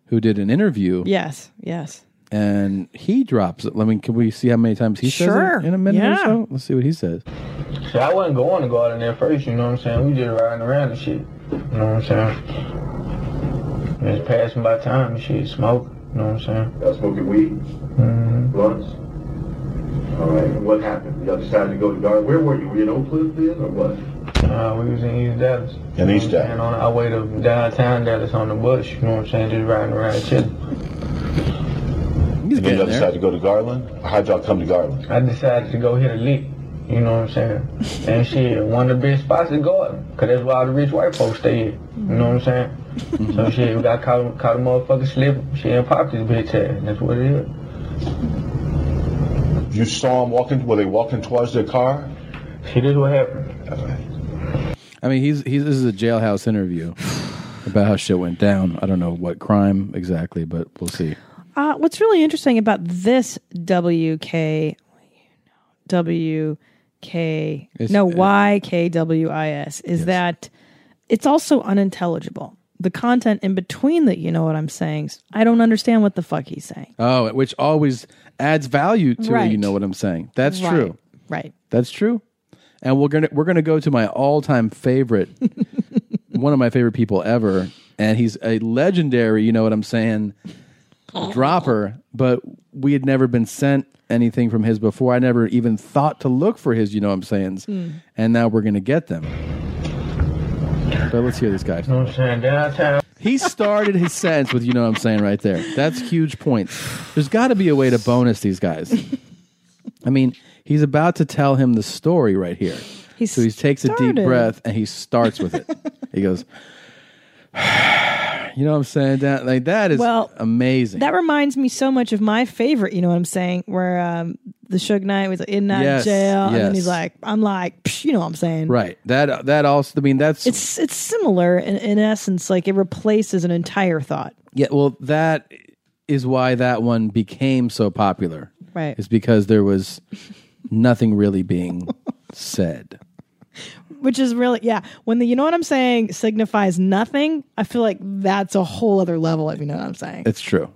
who did an interview.
Yes. Yes.
and he drops it. I mean, can we see how many times he
Sure.
says it in a minute or
Yeah.
so? Let's see what he says.
See, I wasn't going to go out in there first, you know what I'm saying? We just riding around and shit. You know what I'm saying? Just passing by time and shit, smoke. You know what I'm saying?
Y'all smoking weed? Blunts? All right, and what happened? Y'all decided to go to Dark. Where were you? Were you in Oakland then or what?
Uh, we was in East Dallas.
In East Dallas.
And on our way to downtown Dallas on the bus, you know what I'm saying? Just riding around and chilling.
and then y'all decided to go to Garland? Or how'd y'all come to Garland?
I decided to go hit a lick. You know what I'm saying? and shit, one of the best spots is Garden. Cause that's where all the rich white folks stay at. You know what I'm saying? so shit, we got caught, caught a motherfucker slip. She and popped his bitch ass. That's what it is.
You saw them walking, were they walking towards their car?
See, this what happened.
I mean, he's he's this is a jailhouse interview about how shit went down. I don't know what crime exactly, but we'll see.
Uh, what's really interesting about this WK, WK,
It's-
no, YKWIS is that it's also unintelligible. The content in between that, you know what I'm saying, s- I don't understand what the fuck he's saying.
Oh, which always adds value to it. You
Right.
know what I'm saying? That's
Right.
true.
Right.
That's true. And we're gonna we're gonna go to my all time favorite, one of my favorite people ever, and he's a legendary. You know what I'm saying? Dropper, but we had never been sent anything from his before. I never even thought to look for his. You know what I'm saying?
Mm.
And now we're gonna get them. But let's hear this guy.
You know what I'm saying? Downtown.
He started his sentence with, you know what I'm saying, right there. That's huge points. There's got to be a way to bonus these guys. I mean, he's about to tell him the story right here. so he takes a
started.
deep breath and he starts with it. he goes, [sighs] you know what I'm saying? That, like, that is
Well,
amazing.
That reminds me so much of my favorite, you know what I'm saying, where um, the Suge Knight was in that
Yes,
jail, and then he's
yes.
like, I'm like, psh, you know what I'm saying.
right. That, that also, I mean, that's.
It's, it's similar in, in essence, like it replaces an entire thought.
Yeah, well, that is why that one became so popular.
Right.
Is because there was nothing really being said.
Which is really, yeah. When the, you know what I'm saying, signifies nothing, I feel like that's a whole other level, if you know what I'm saying.
It's true.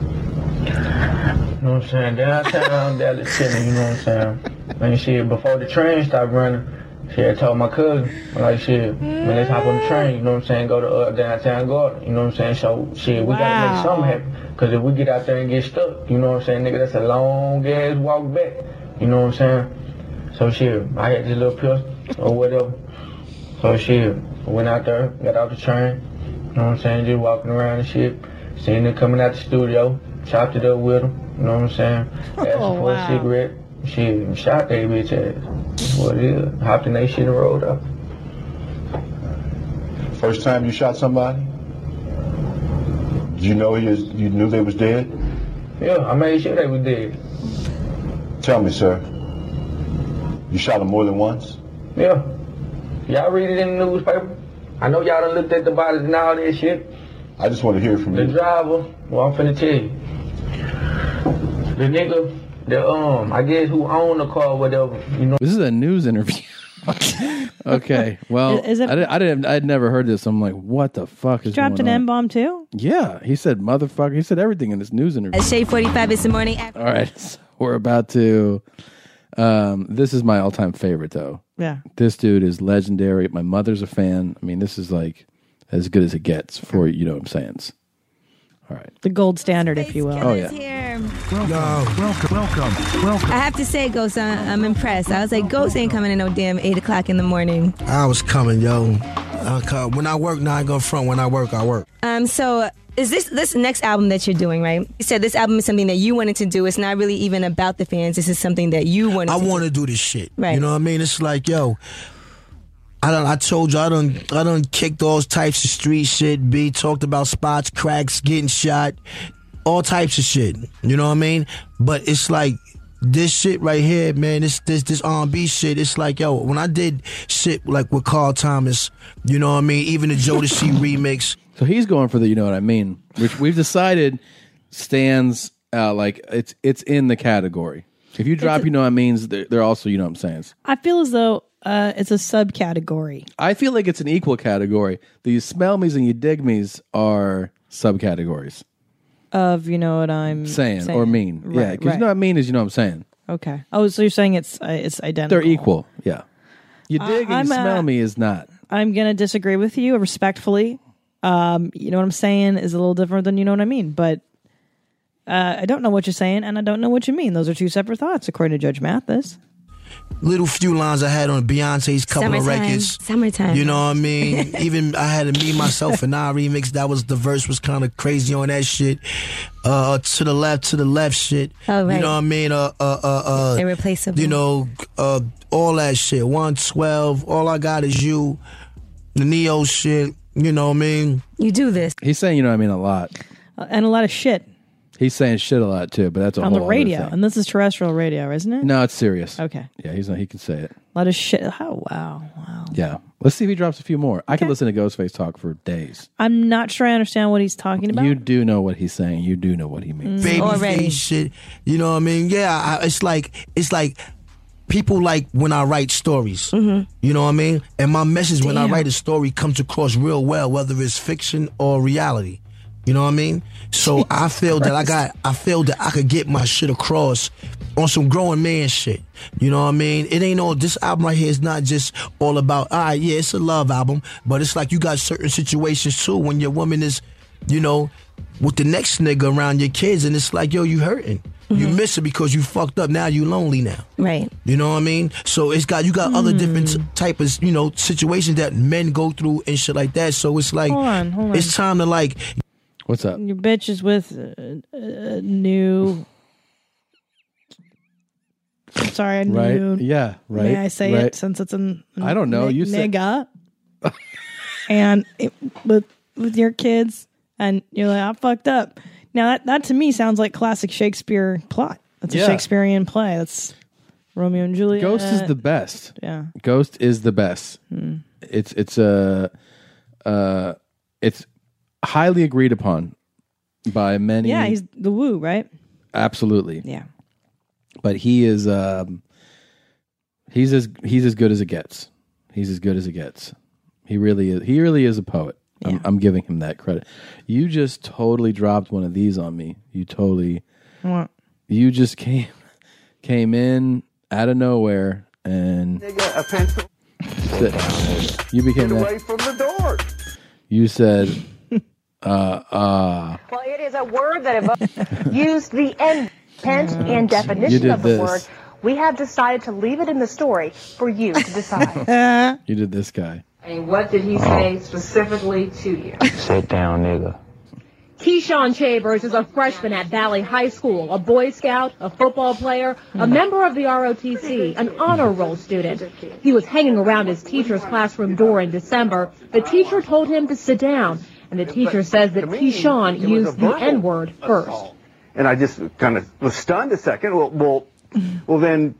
You know what I'm saying? Downtown Dallas City, you know what I'm saying? And shit, before the train stopped running, shit, I told my cousin, I'm like, shit, man, let's hop on the train, you know what I'm saying? Go to uh, downtown Garden, you know what I'm saying? So, shit, we gotta make
Wow.
something happen. Because if we get out there and get stuck, you know what I'm saying, nigga, that's a long ass walk back, you know what I'm saying? So, shit, I had this little pistol or whatever. So, shit, went out there, got off the train, you know what I'm saying? Just walking around and shit. Seen it coming out the studio, chopped it up with him. You know what I'm saying? Asked
[laughs] Oh,
for
wow.
a cigarette. Shit, shot that bitch ass. That's what it is. Hopped in that shit and rolled up.
First time you shot somebody? Did you know he was, you knew they was dead?
Yeah, I made sure they was dead.
Tell me, sir. You shot him more than once?
Yeah. Y'all read it in the newspaper. I know y'all done looked at the bodies and all that shit.
I just want to hear from
The
you.
driver, well, I'm finna tell you. The nigga, the, um, I guess who owned the car, whatever, you know.
This is a news interview. [laughs] okay. Well,
Is- is it-
I, didn't, I didn't. I'd never heard this. I'm like, what the fuck is
Dropped an
going
M
on?
bomb too?
Yeah, he said motherfucker. He said everything in this news interview.
Shade 45 is the morning after.
All right, [laughs] so we're about to. Um, this is my all-time favorite, though.
Yeah.
this dude is legendary. My mother's a fan. I mean, this is like as good as it gets for you know what I'm saying.
The gold standard, if you will.
Oh yeah.
Here.
Welcome, welcome, welcome, welcome.
I have to say, Ghost, I- I'm impressed. I was like, Ghost ain't coming in no damn 8 o'clock in the morning.
I was coming, yo. I come- When I work, now I go front. When I work, I work.
Um, so is this this next album that you're doing, right? You said this album is something that you wanted to do. It's not really even about the fans. This is something that you wanted
I
to
want to do this shit.
Right.
You know what I mean? It's like, yo, I done, I told you I done I done kicked all types of street shit. B talked about spots, cracks, getting shot, all types of shit. You know what I mean? But it's like this shit right here, man. This this this R&B shit. It's like yo, when I did shit like with Carl Thomas, you know what I mean? Even
[laughs]
the Jodeci remix.
So he's going for the you know what I mean, which we've decided stands uh, like it's it's in the category. If you drop you know what I means, they're, they're also you know what I'm saying.
I feel as though uh, it's a subcategory.
I feel like it's an equal category. The you smell me's and you dig me's are subcategories.
of you know what I'm
Saying, or mean, yeah.
Right,
Because you know what I mean is you know what I'm saying.
right. Okay. Oh, so you're saying it's uh, it's identical.
They're equal. Yeah. You
I-
dig and
I'm,
you smell
uh,
me is not.
I'm gonna disagree with you respectfully. Um, you know what I'm saying is a little different than you know what I mean, but uh, I don't know what you're saying and I don't know what you mean. Those are two separate thoughts, according to Judge Mathis.
little few lines I had on Beyonce's couple
Summertime.
of records.
Summertime.
You know what
[laughs]
I mean? Even I had a me, myself, and I remix. That was the verse was kind of crazy on that shit. Uh, to the left, to the left shit.
Oh, right.
You know what I mean? Uh, uh, uh, uh.
Irreplaceable.
You know, uh, all that shit. 112, all I got is you. The Neo shit. You know what I mean?
You do this.
He's saying you know what I mean a lot.
Uh, and a lot of shit
He's saying shit a lot too, but that's a
on
whole
the radio,
Other
and this is terrestrial radio, isn't it?
thing. No, it's serious.
Okay.
Yeah, he's not. He can say it.
A lot of shit. Oh wow.
Yeah. Let's see if he drops a few more. I could listen to Ghostface talk for days.
I'm not sure I understand what he's talking about. Mm.
You do know what he's saying. You do know what he means.
baby face shit. You know what I mean? Yeah, I, it's like it's like people like when I write stories. You know what I mean? And my message when I
Damn.
write a story comes across real well, whether it's fiction or reality. You know what I mean? So I feel that I got I feel that I could get my shit across on some growing man shit. You know what I mean? It ain't all this album right here is not just all about all right, yeah, it's a love album, but it's like you got certain situations too when your woman is, you know, with the next nigga around your kids and it's like, yo, you hurting. You miss it because you fucked up. Now you lonely now.
Right.
You know what I mean? So it's got you got other different type of you know situations that men go through and shit like that. So it's like
Hold on, hold on.
it's time to like.
What's up?
Your bitch is with uh, uh, new. I'm sorry, a
Right?
new.
Yeah, right,
May I say
right.
it since it's an? an
I don't know,
ni-
you said- [laughs]
nigga. and it, with with your kids, and you're like, I fucked up. Now that that to me sounds like classic Shakespeare plot. That's a
Yeah.
Shakespearean play. That's Romeo and Juliet.
Ghost is the best.
Yeah.
Ghost is the best.
Hmm.
It's it's a uh, it's highly agreed upon by many.
yeah, he's the woo, right?
absolutely.
Yeah.
But he is um he's as he's as good as it gets. He's as good as it gets. He really is he really is a poet. I'm, I'm giving him that credit. You just totally dropped one of these on me. You totally
What?
you just came came in out of nowhere and
Nigga, a pencil.
that- you became
Get away
that,
from the door.
you said uh uh
Well, it is a word that evokes [laughs] used the end tense
[laughs]
and
You
definition
did
of the
this.
word. We have decided to leave it in the story for you to decide.
you did this guy.
[laughs] and what did he say specifically to you?
Sit down, nigga.
Keyshawn Chambers is a freshman at Valley High School, a Boy Scout, a football player, a member of the ROTC, an honor roll student. He was hanging around his teacher's classroom door in December. The teacher told him to sit down, and the teacher says that Keyshawn
it was a
used the
verbal
N-word first.
And I just kind of was stunned a second. Well, well, well then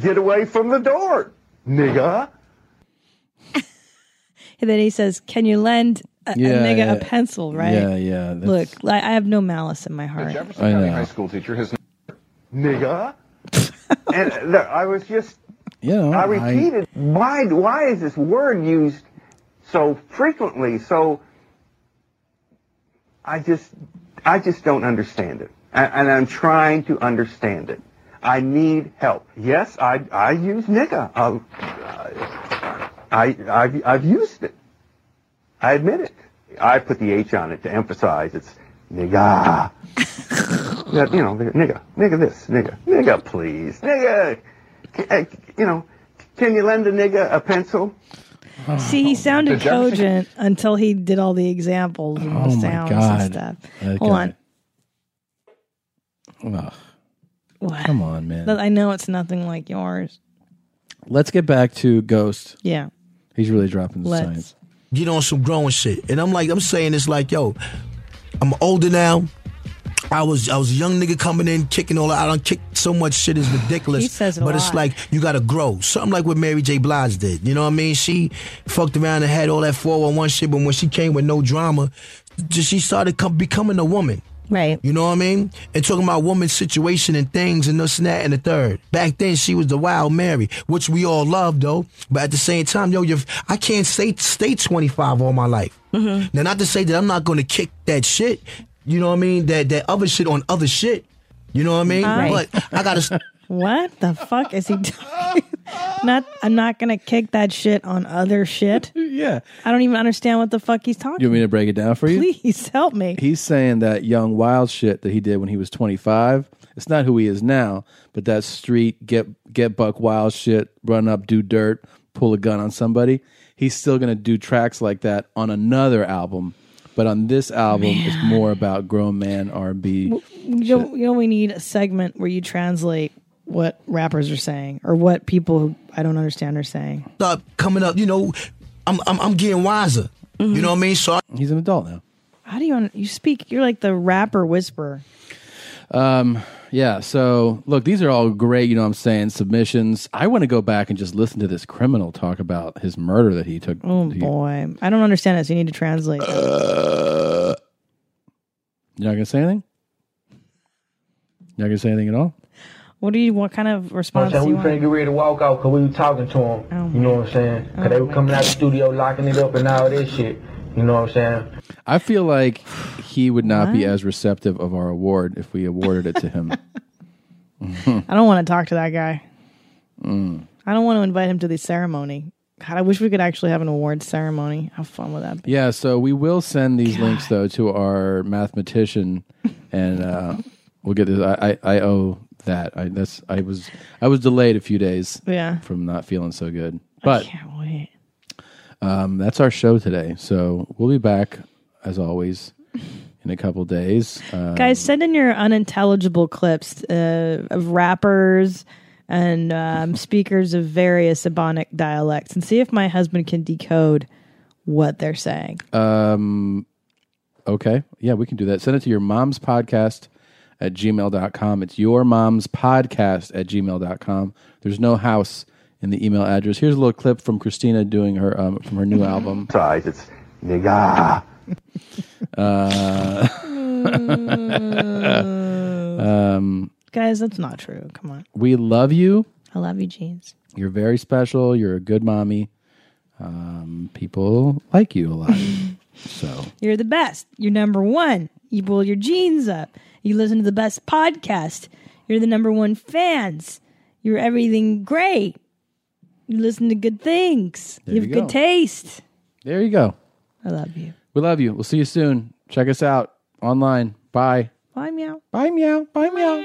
get away from the door, nigga.
And then he says, "Can you lend a, a
Yeah,
nigga
yeah.
a pencil?" Right?
Yeah, yeah, that's-
Look, I, I have no malice in my heart.
I know. high school teacher, his
[laughs]
nigga. and there, I was just, I repeated, why, why is this word used so frequently? So I just, I just don't understand it. And, and I'm trying to understand it. I need help. Yes, I, I use nigga. I, I, I've, I've used it. I admit it. I put the H on it to emphasize it's nigga. That, you know, nigga, nigga this, nigga, nigga please, nigga. c- uh, You know, can you lend a nigga a pencil?
See, he sounded
The Jefferson-
cogent until he did all the examples and
Oh
the
my
sounds
God.
and stuff.
That
Hold
guy.
on.
Ugh.
What?
Come on, man.
But I know it's nothing like yours.
Let's get back to Ghost.
Yeah.
He's really dropping the
Let's.
science.
get on some growing shit. And I'm like, I'm saying this like, yo, I'm older now. I was I was a young nigga coming in, kicking all that. I don't kick so much shit is ridiculous.
He says it a
but it's
lot.
like you gotta grow. Something like what Mary J. Blige did. You know what I mean? She fucked around and had all that 411 shit, but when she came with no drama, just she started com- becoming a woman.
Right.
You know what I mean? And talking about woman's situation and things and this and that and the third. Back then, she was the wild Mary, which we all loved though. But at the same time, yo, you've, I can't say stay 25 all my life. Now, not to say that I'm not going to kick that shit. You know what I mean? That that other shit on other shit. You know what I mean?
Right.
But I gotta. [laughs]
What the fuck is he doing? [laughs] not I'm not gonna kick that shit on other shit.
yeah.
I don't even understand what the fuck he's talking
You want me to break it down for you?
Please help me.
He's saying that young wild shit that he did when he was 25. It's not who he is now, but that street get get buck wild shit, run up, do dirt, pull a gun on somebody. He's still going to do tracks like that on another album, but on this album it's more about grown man R&B.
You know, you know, we need a segment where you translate what rappers are saying or what people who I don't understand are saying.
stop coming up. You know, I'm I'm, I'm getting wiser. You know what I mean? So I,
he's an adult now.
How do you un- you speak? You're like the rapper whisperer.
Um, yeah. So look, these are all great. You know, what I'm saying submissions. I want to go back and just listen to this criminal talk about his murder that he took.
Oh boy, I don't understand this. You need to translate.
Uh, you're not gonna say anything. You're not gonna say anything at all.
What do you? What kind of response do
I'm
you
saying? We finna
want?
get ready to walk out because we was talking to him. you know what I'm saying? Because they were coming out the studio locking it up and all this shit. You know what I'm saying?
I feel like he would not be as receptive of our award if we awarded it to him. [laughs] Mhm.
I don't want to talk to that guy.
Mm.
I don't want to invite him to the ceremony. God, I wish we could actually have an awards ceremony. How fun would that be?
Yeah, so we will send these links though to our mathematician, and uh, we'll get this. I, I, I owe that. I that's I was I was delayed a few days.
Yeah.
from not feeling so good. But Um, that's our show today. So we'll be back as always in a couple days. Um,
Guys, send in your unintelligible clips uh, of rappers and um, speakers of various Ebonic dialects and see if my husband can decode what they're saying.
Um, okay. Yeah, we can do that. Send it to your mom's podcast at gmail.com. It's your mom's podcast at gmail.com. There's no house in the email address. Here's a little clip from Christina doing her um, from her new album. Size. It's nigga. Uh, um,
Guys, that's not true. Come on.
we love you.
I love you, jeans.
You're very special. You're a good mommy. Um, people like you a lot. so
You're the best. You're number one. You pull your jeans up. You listen to the best podcast. You're the number one fans. You're everything great. You listen to good things.
There
you have
you
good
go.
taste.
there you go.
I love you.
We love you. We'll see you soon. Check us out online. Bye.
Bye, meow.
Bye, meow. Bye, meow.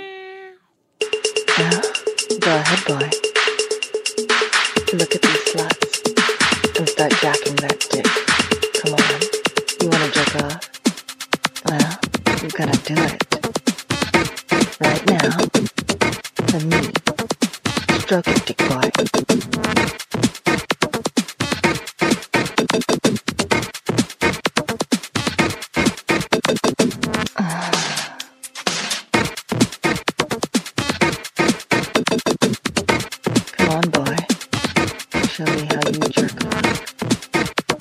Go ahead, boy. Look at these sluts and start jacking that dick. Come on. You want to jerk off? Well, you gotta do it. Right now. For me. Stroke it, dick boy. Come on, boy. Show me how you jerk off.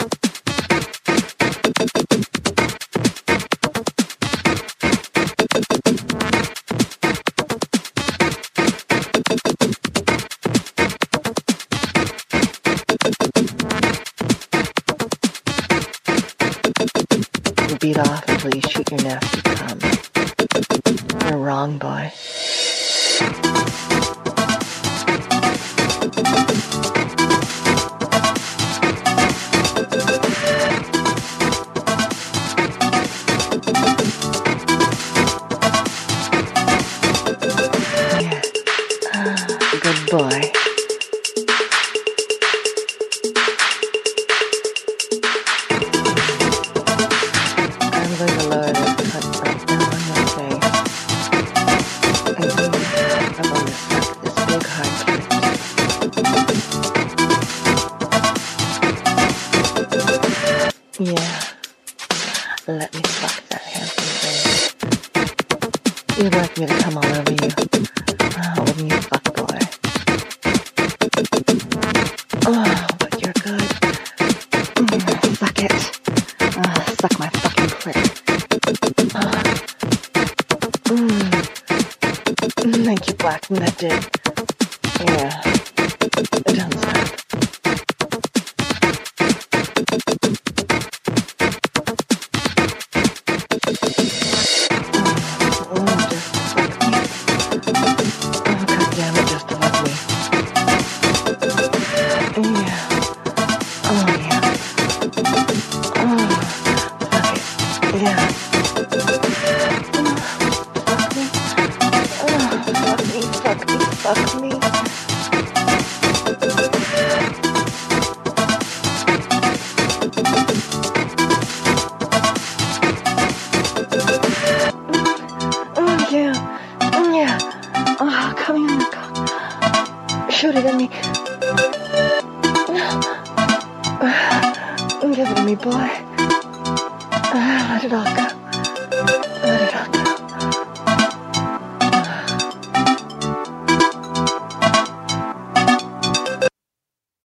You beat off until you shoot your nasty cum. You're wrong, boy. Good boy. I'm going to lower this cup right down on your face. And you, I'm going to suck this big hard clit. Yeah. Let me suck that handsome thing. You'd like me to come all over you. Oh, wouldn't you fuck boy? Oh, but you're good. Mm, suck it. Ah, suck my fucking clit. Ah. Mm. Thank you, Black. That did. Yeah. It don't stop. Mm, mm, just fuck me. Oh, goddamn it, just fuck me. Yeah. Oh, yeah. Oh, fuck it. Yeah. Oh yeah, Mm, yeah. Oh, coming in the co- Shoot it at me. Mm, Give it to me, boy. Ah, Let it all go. Let it all go.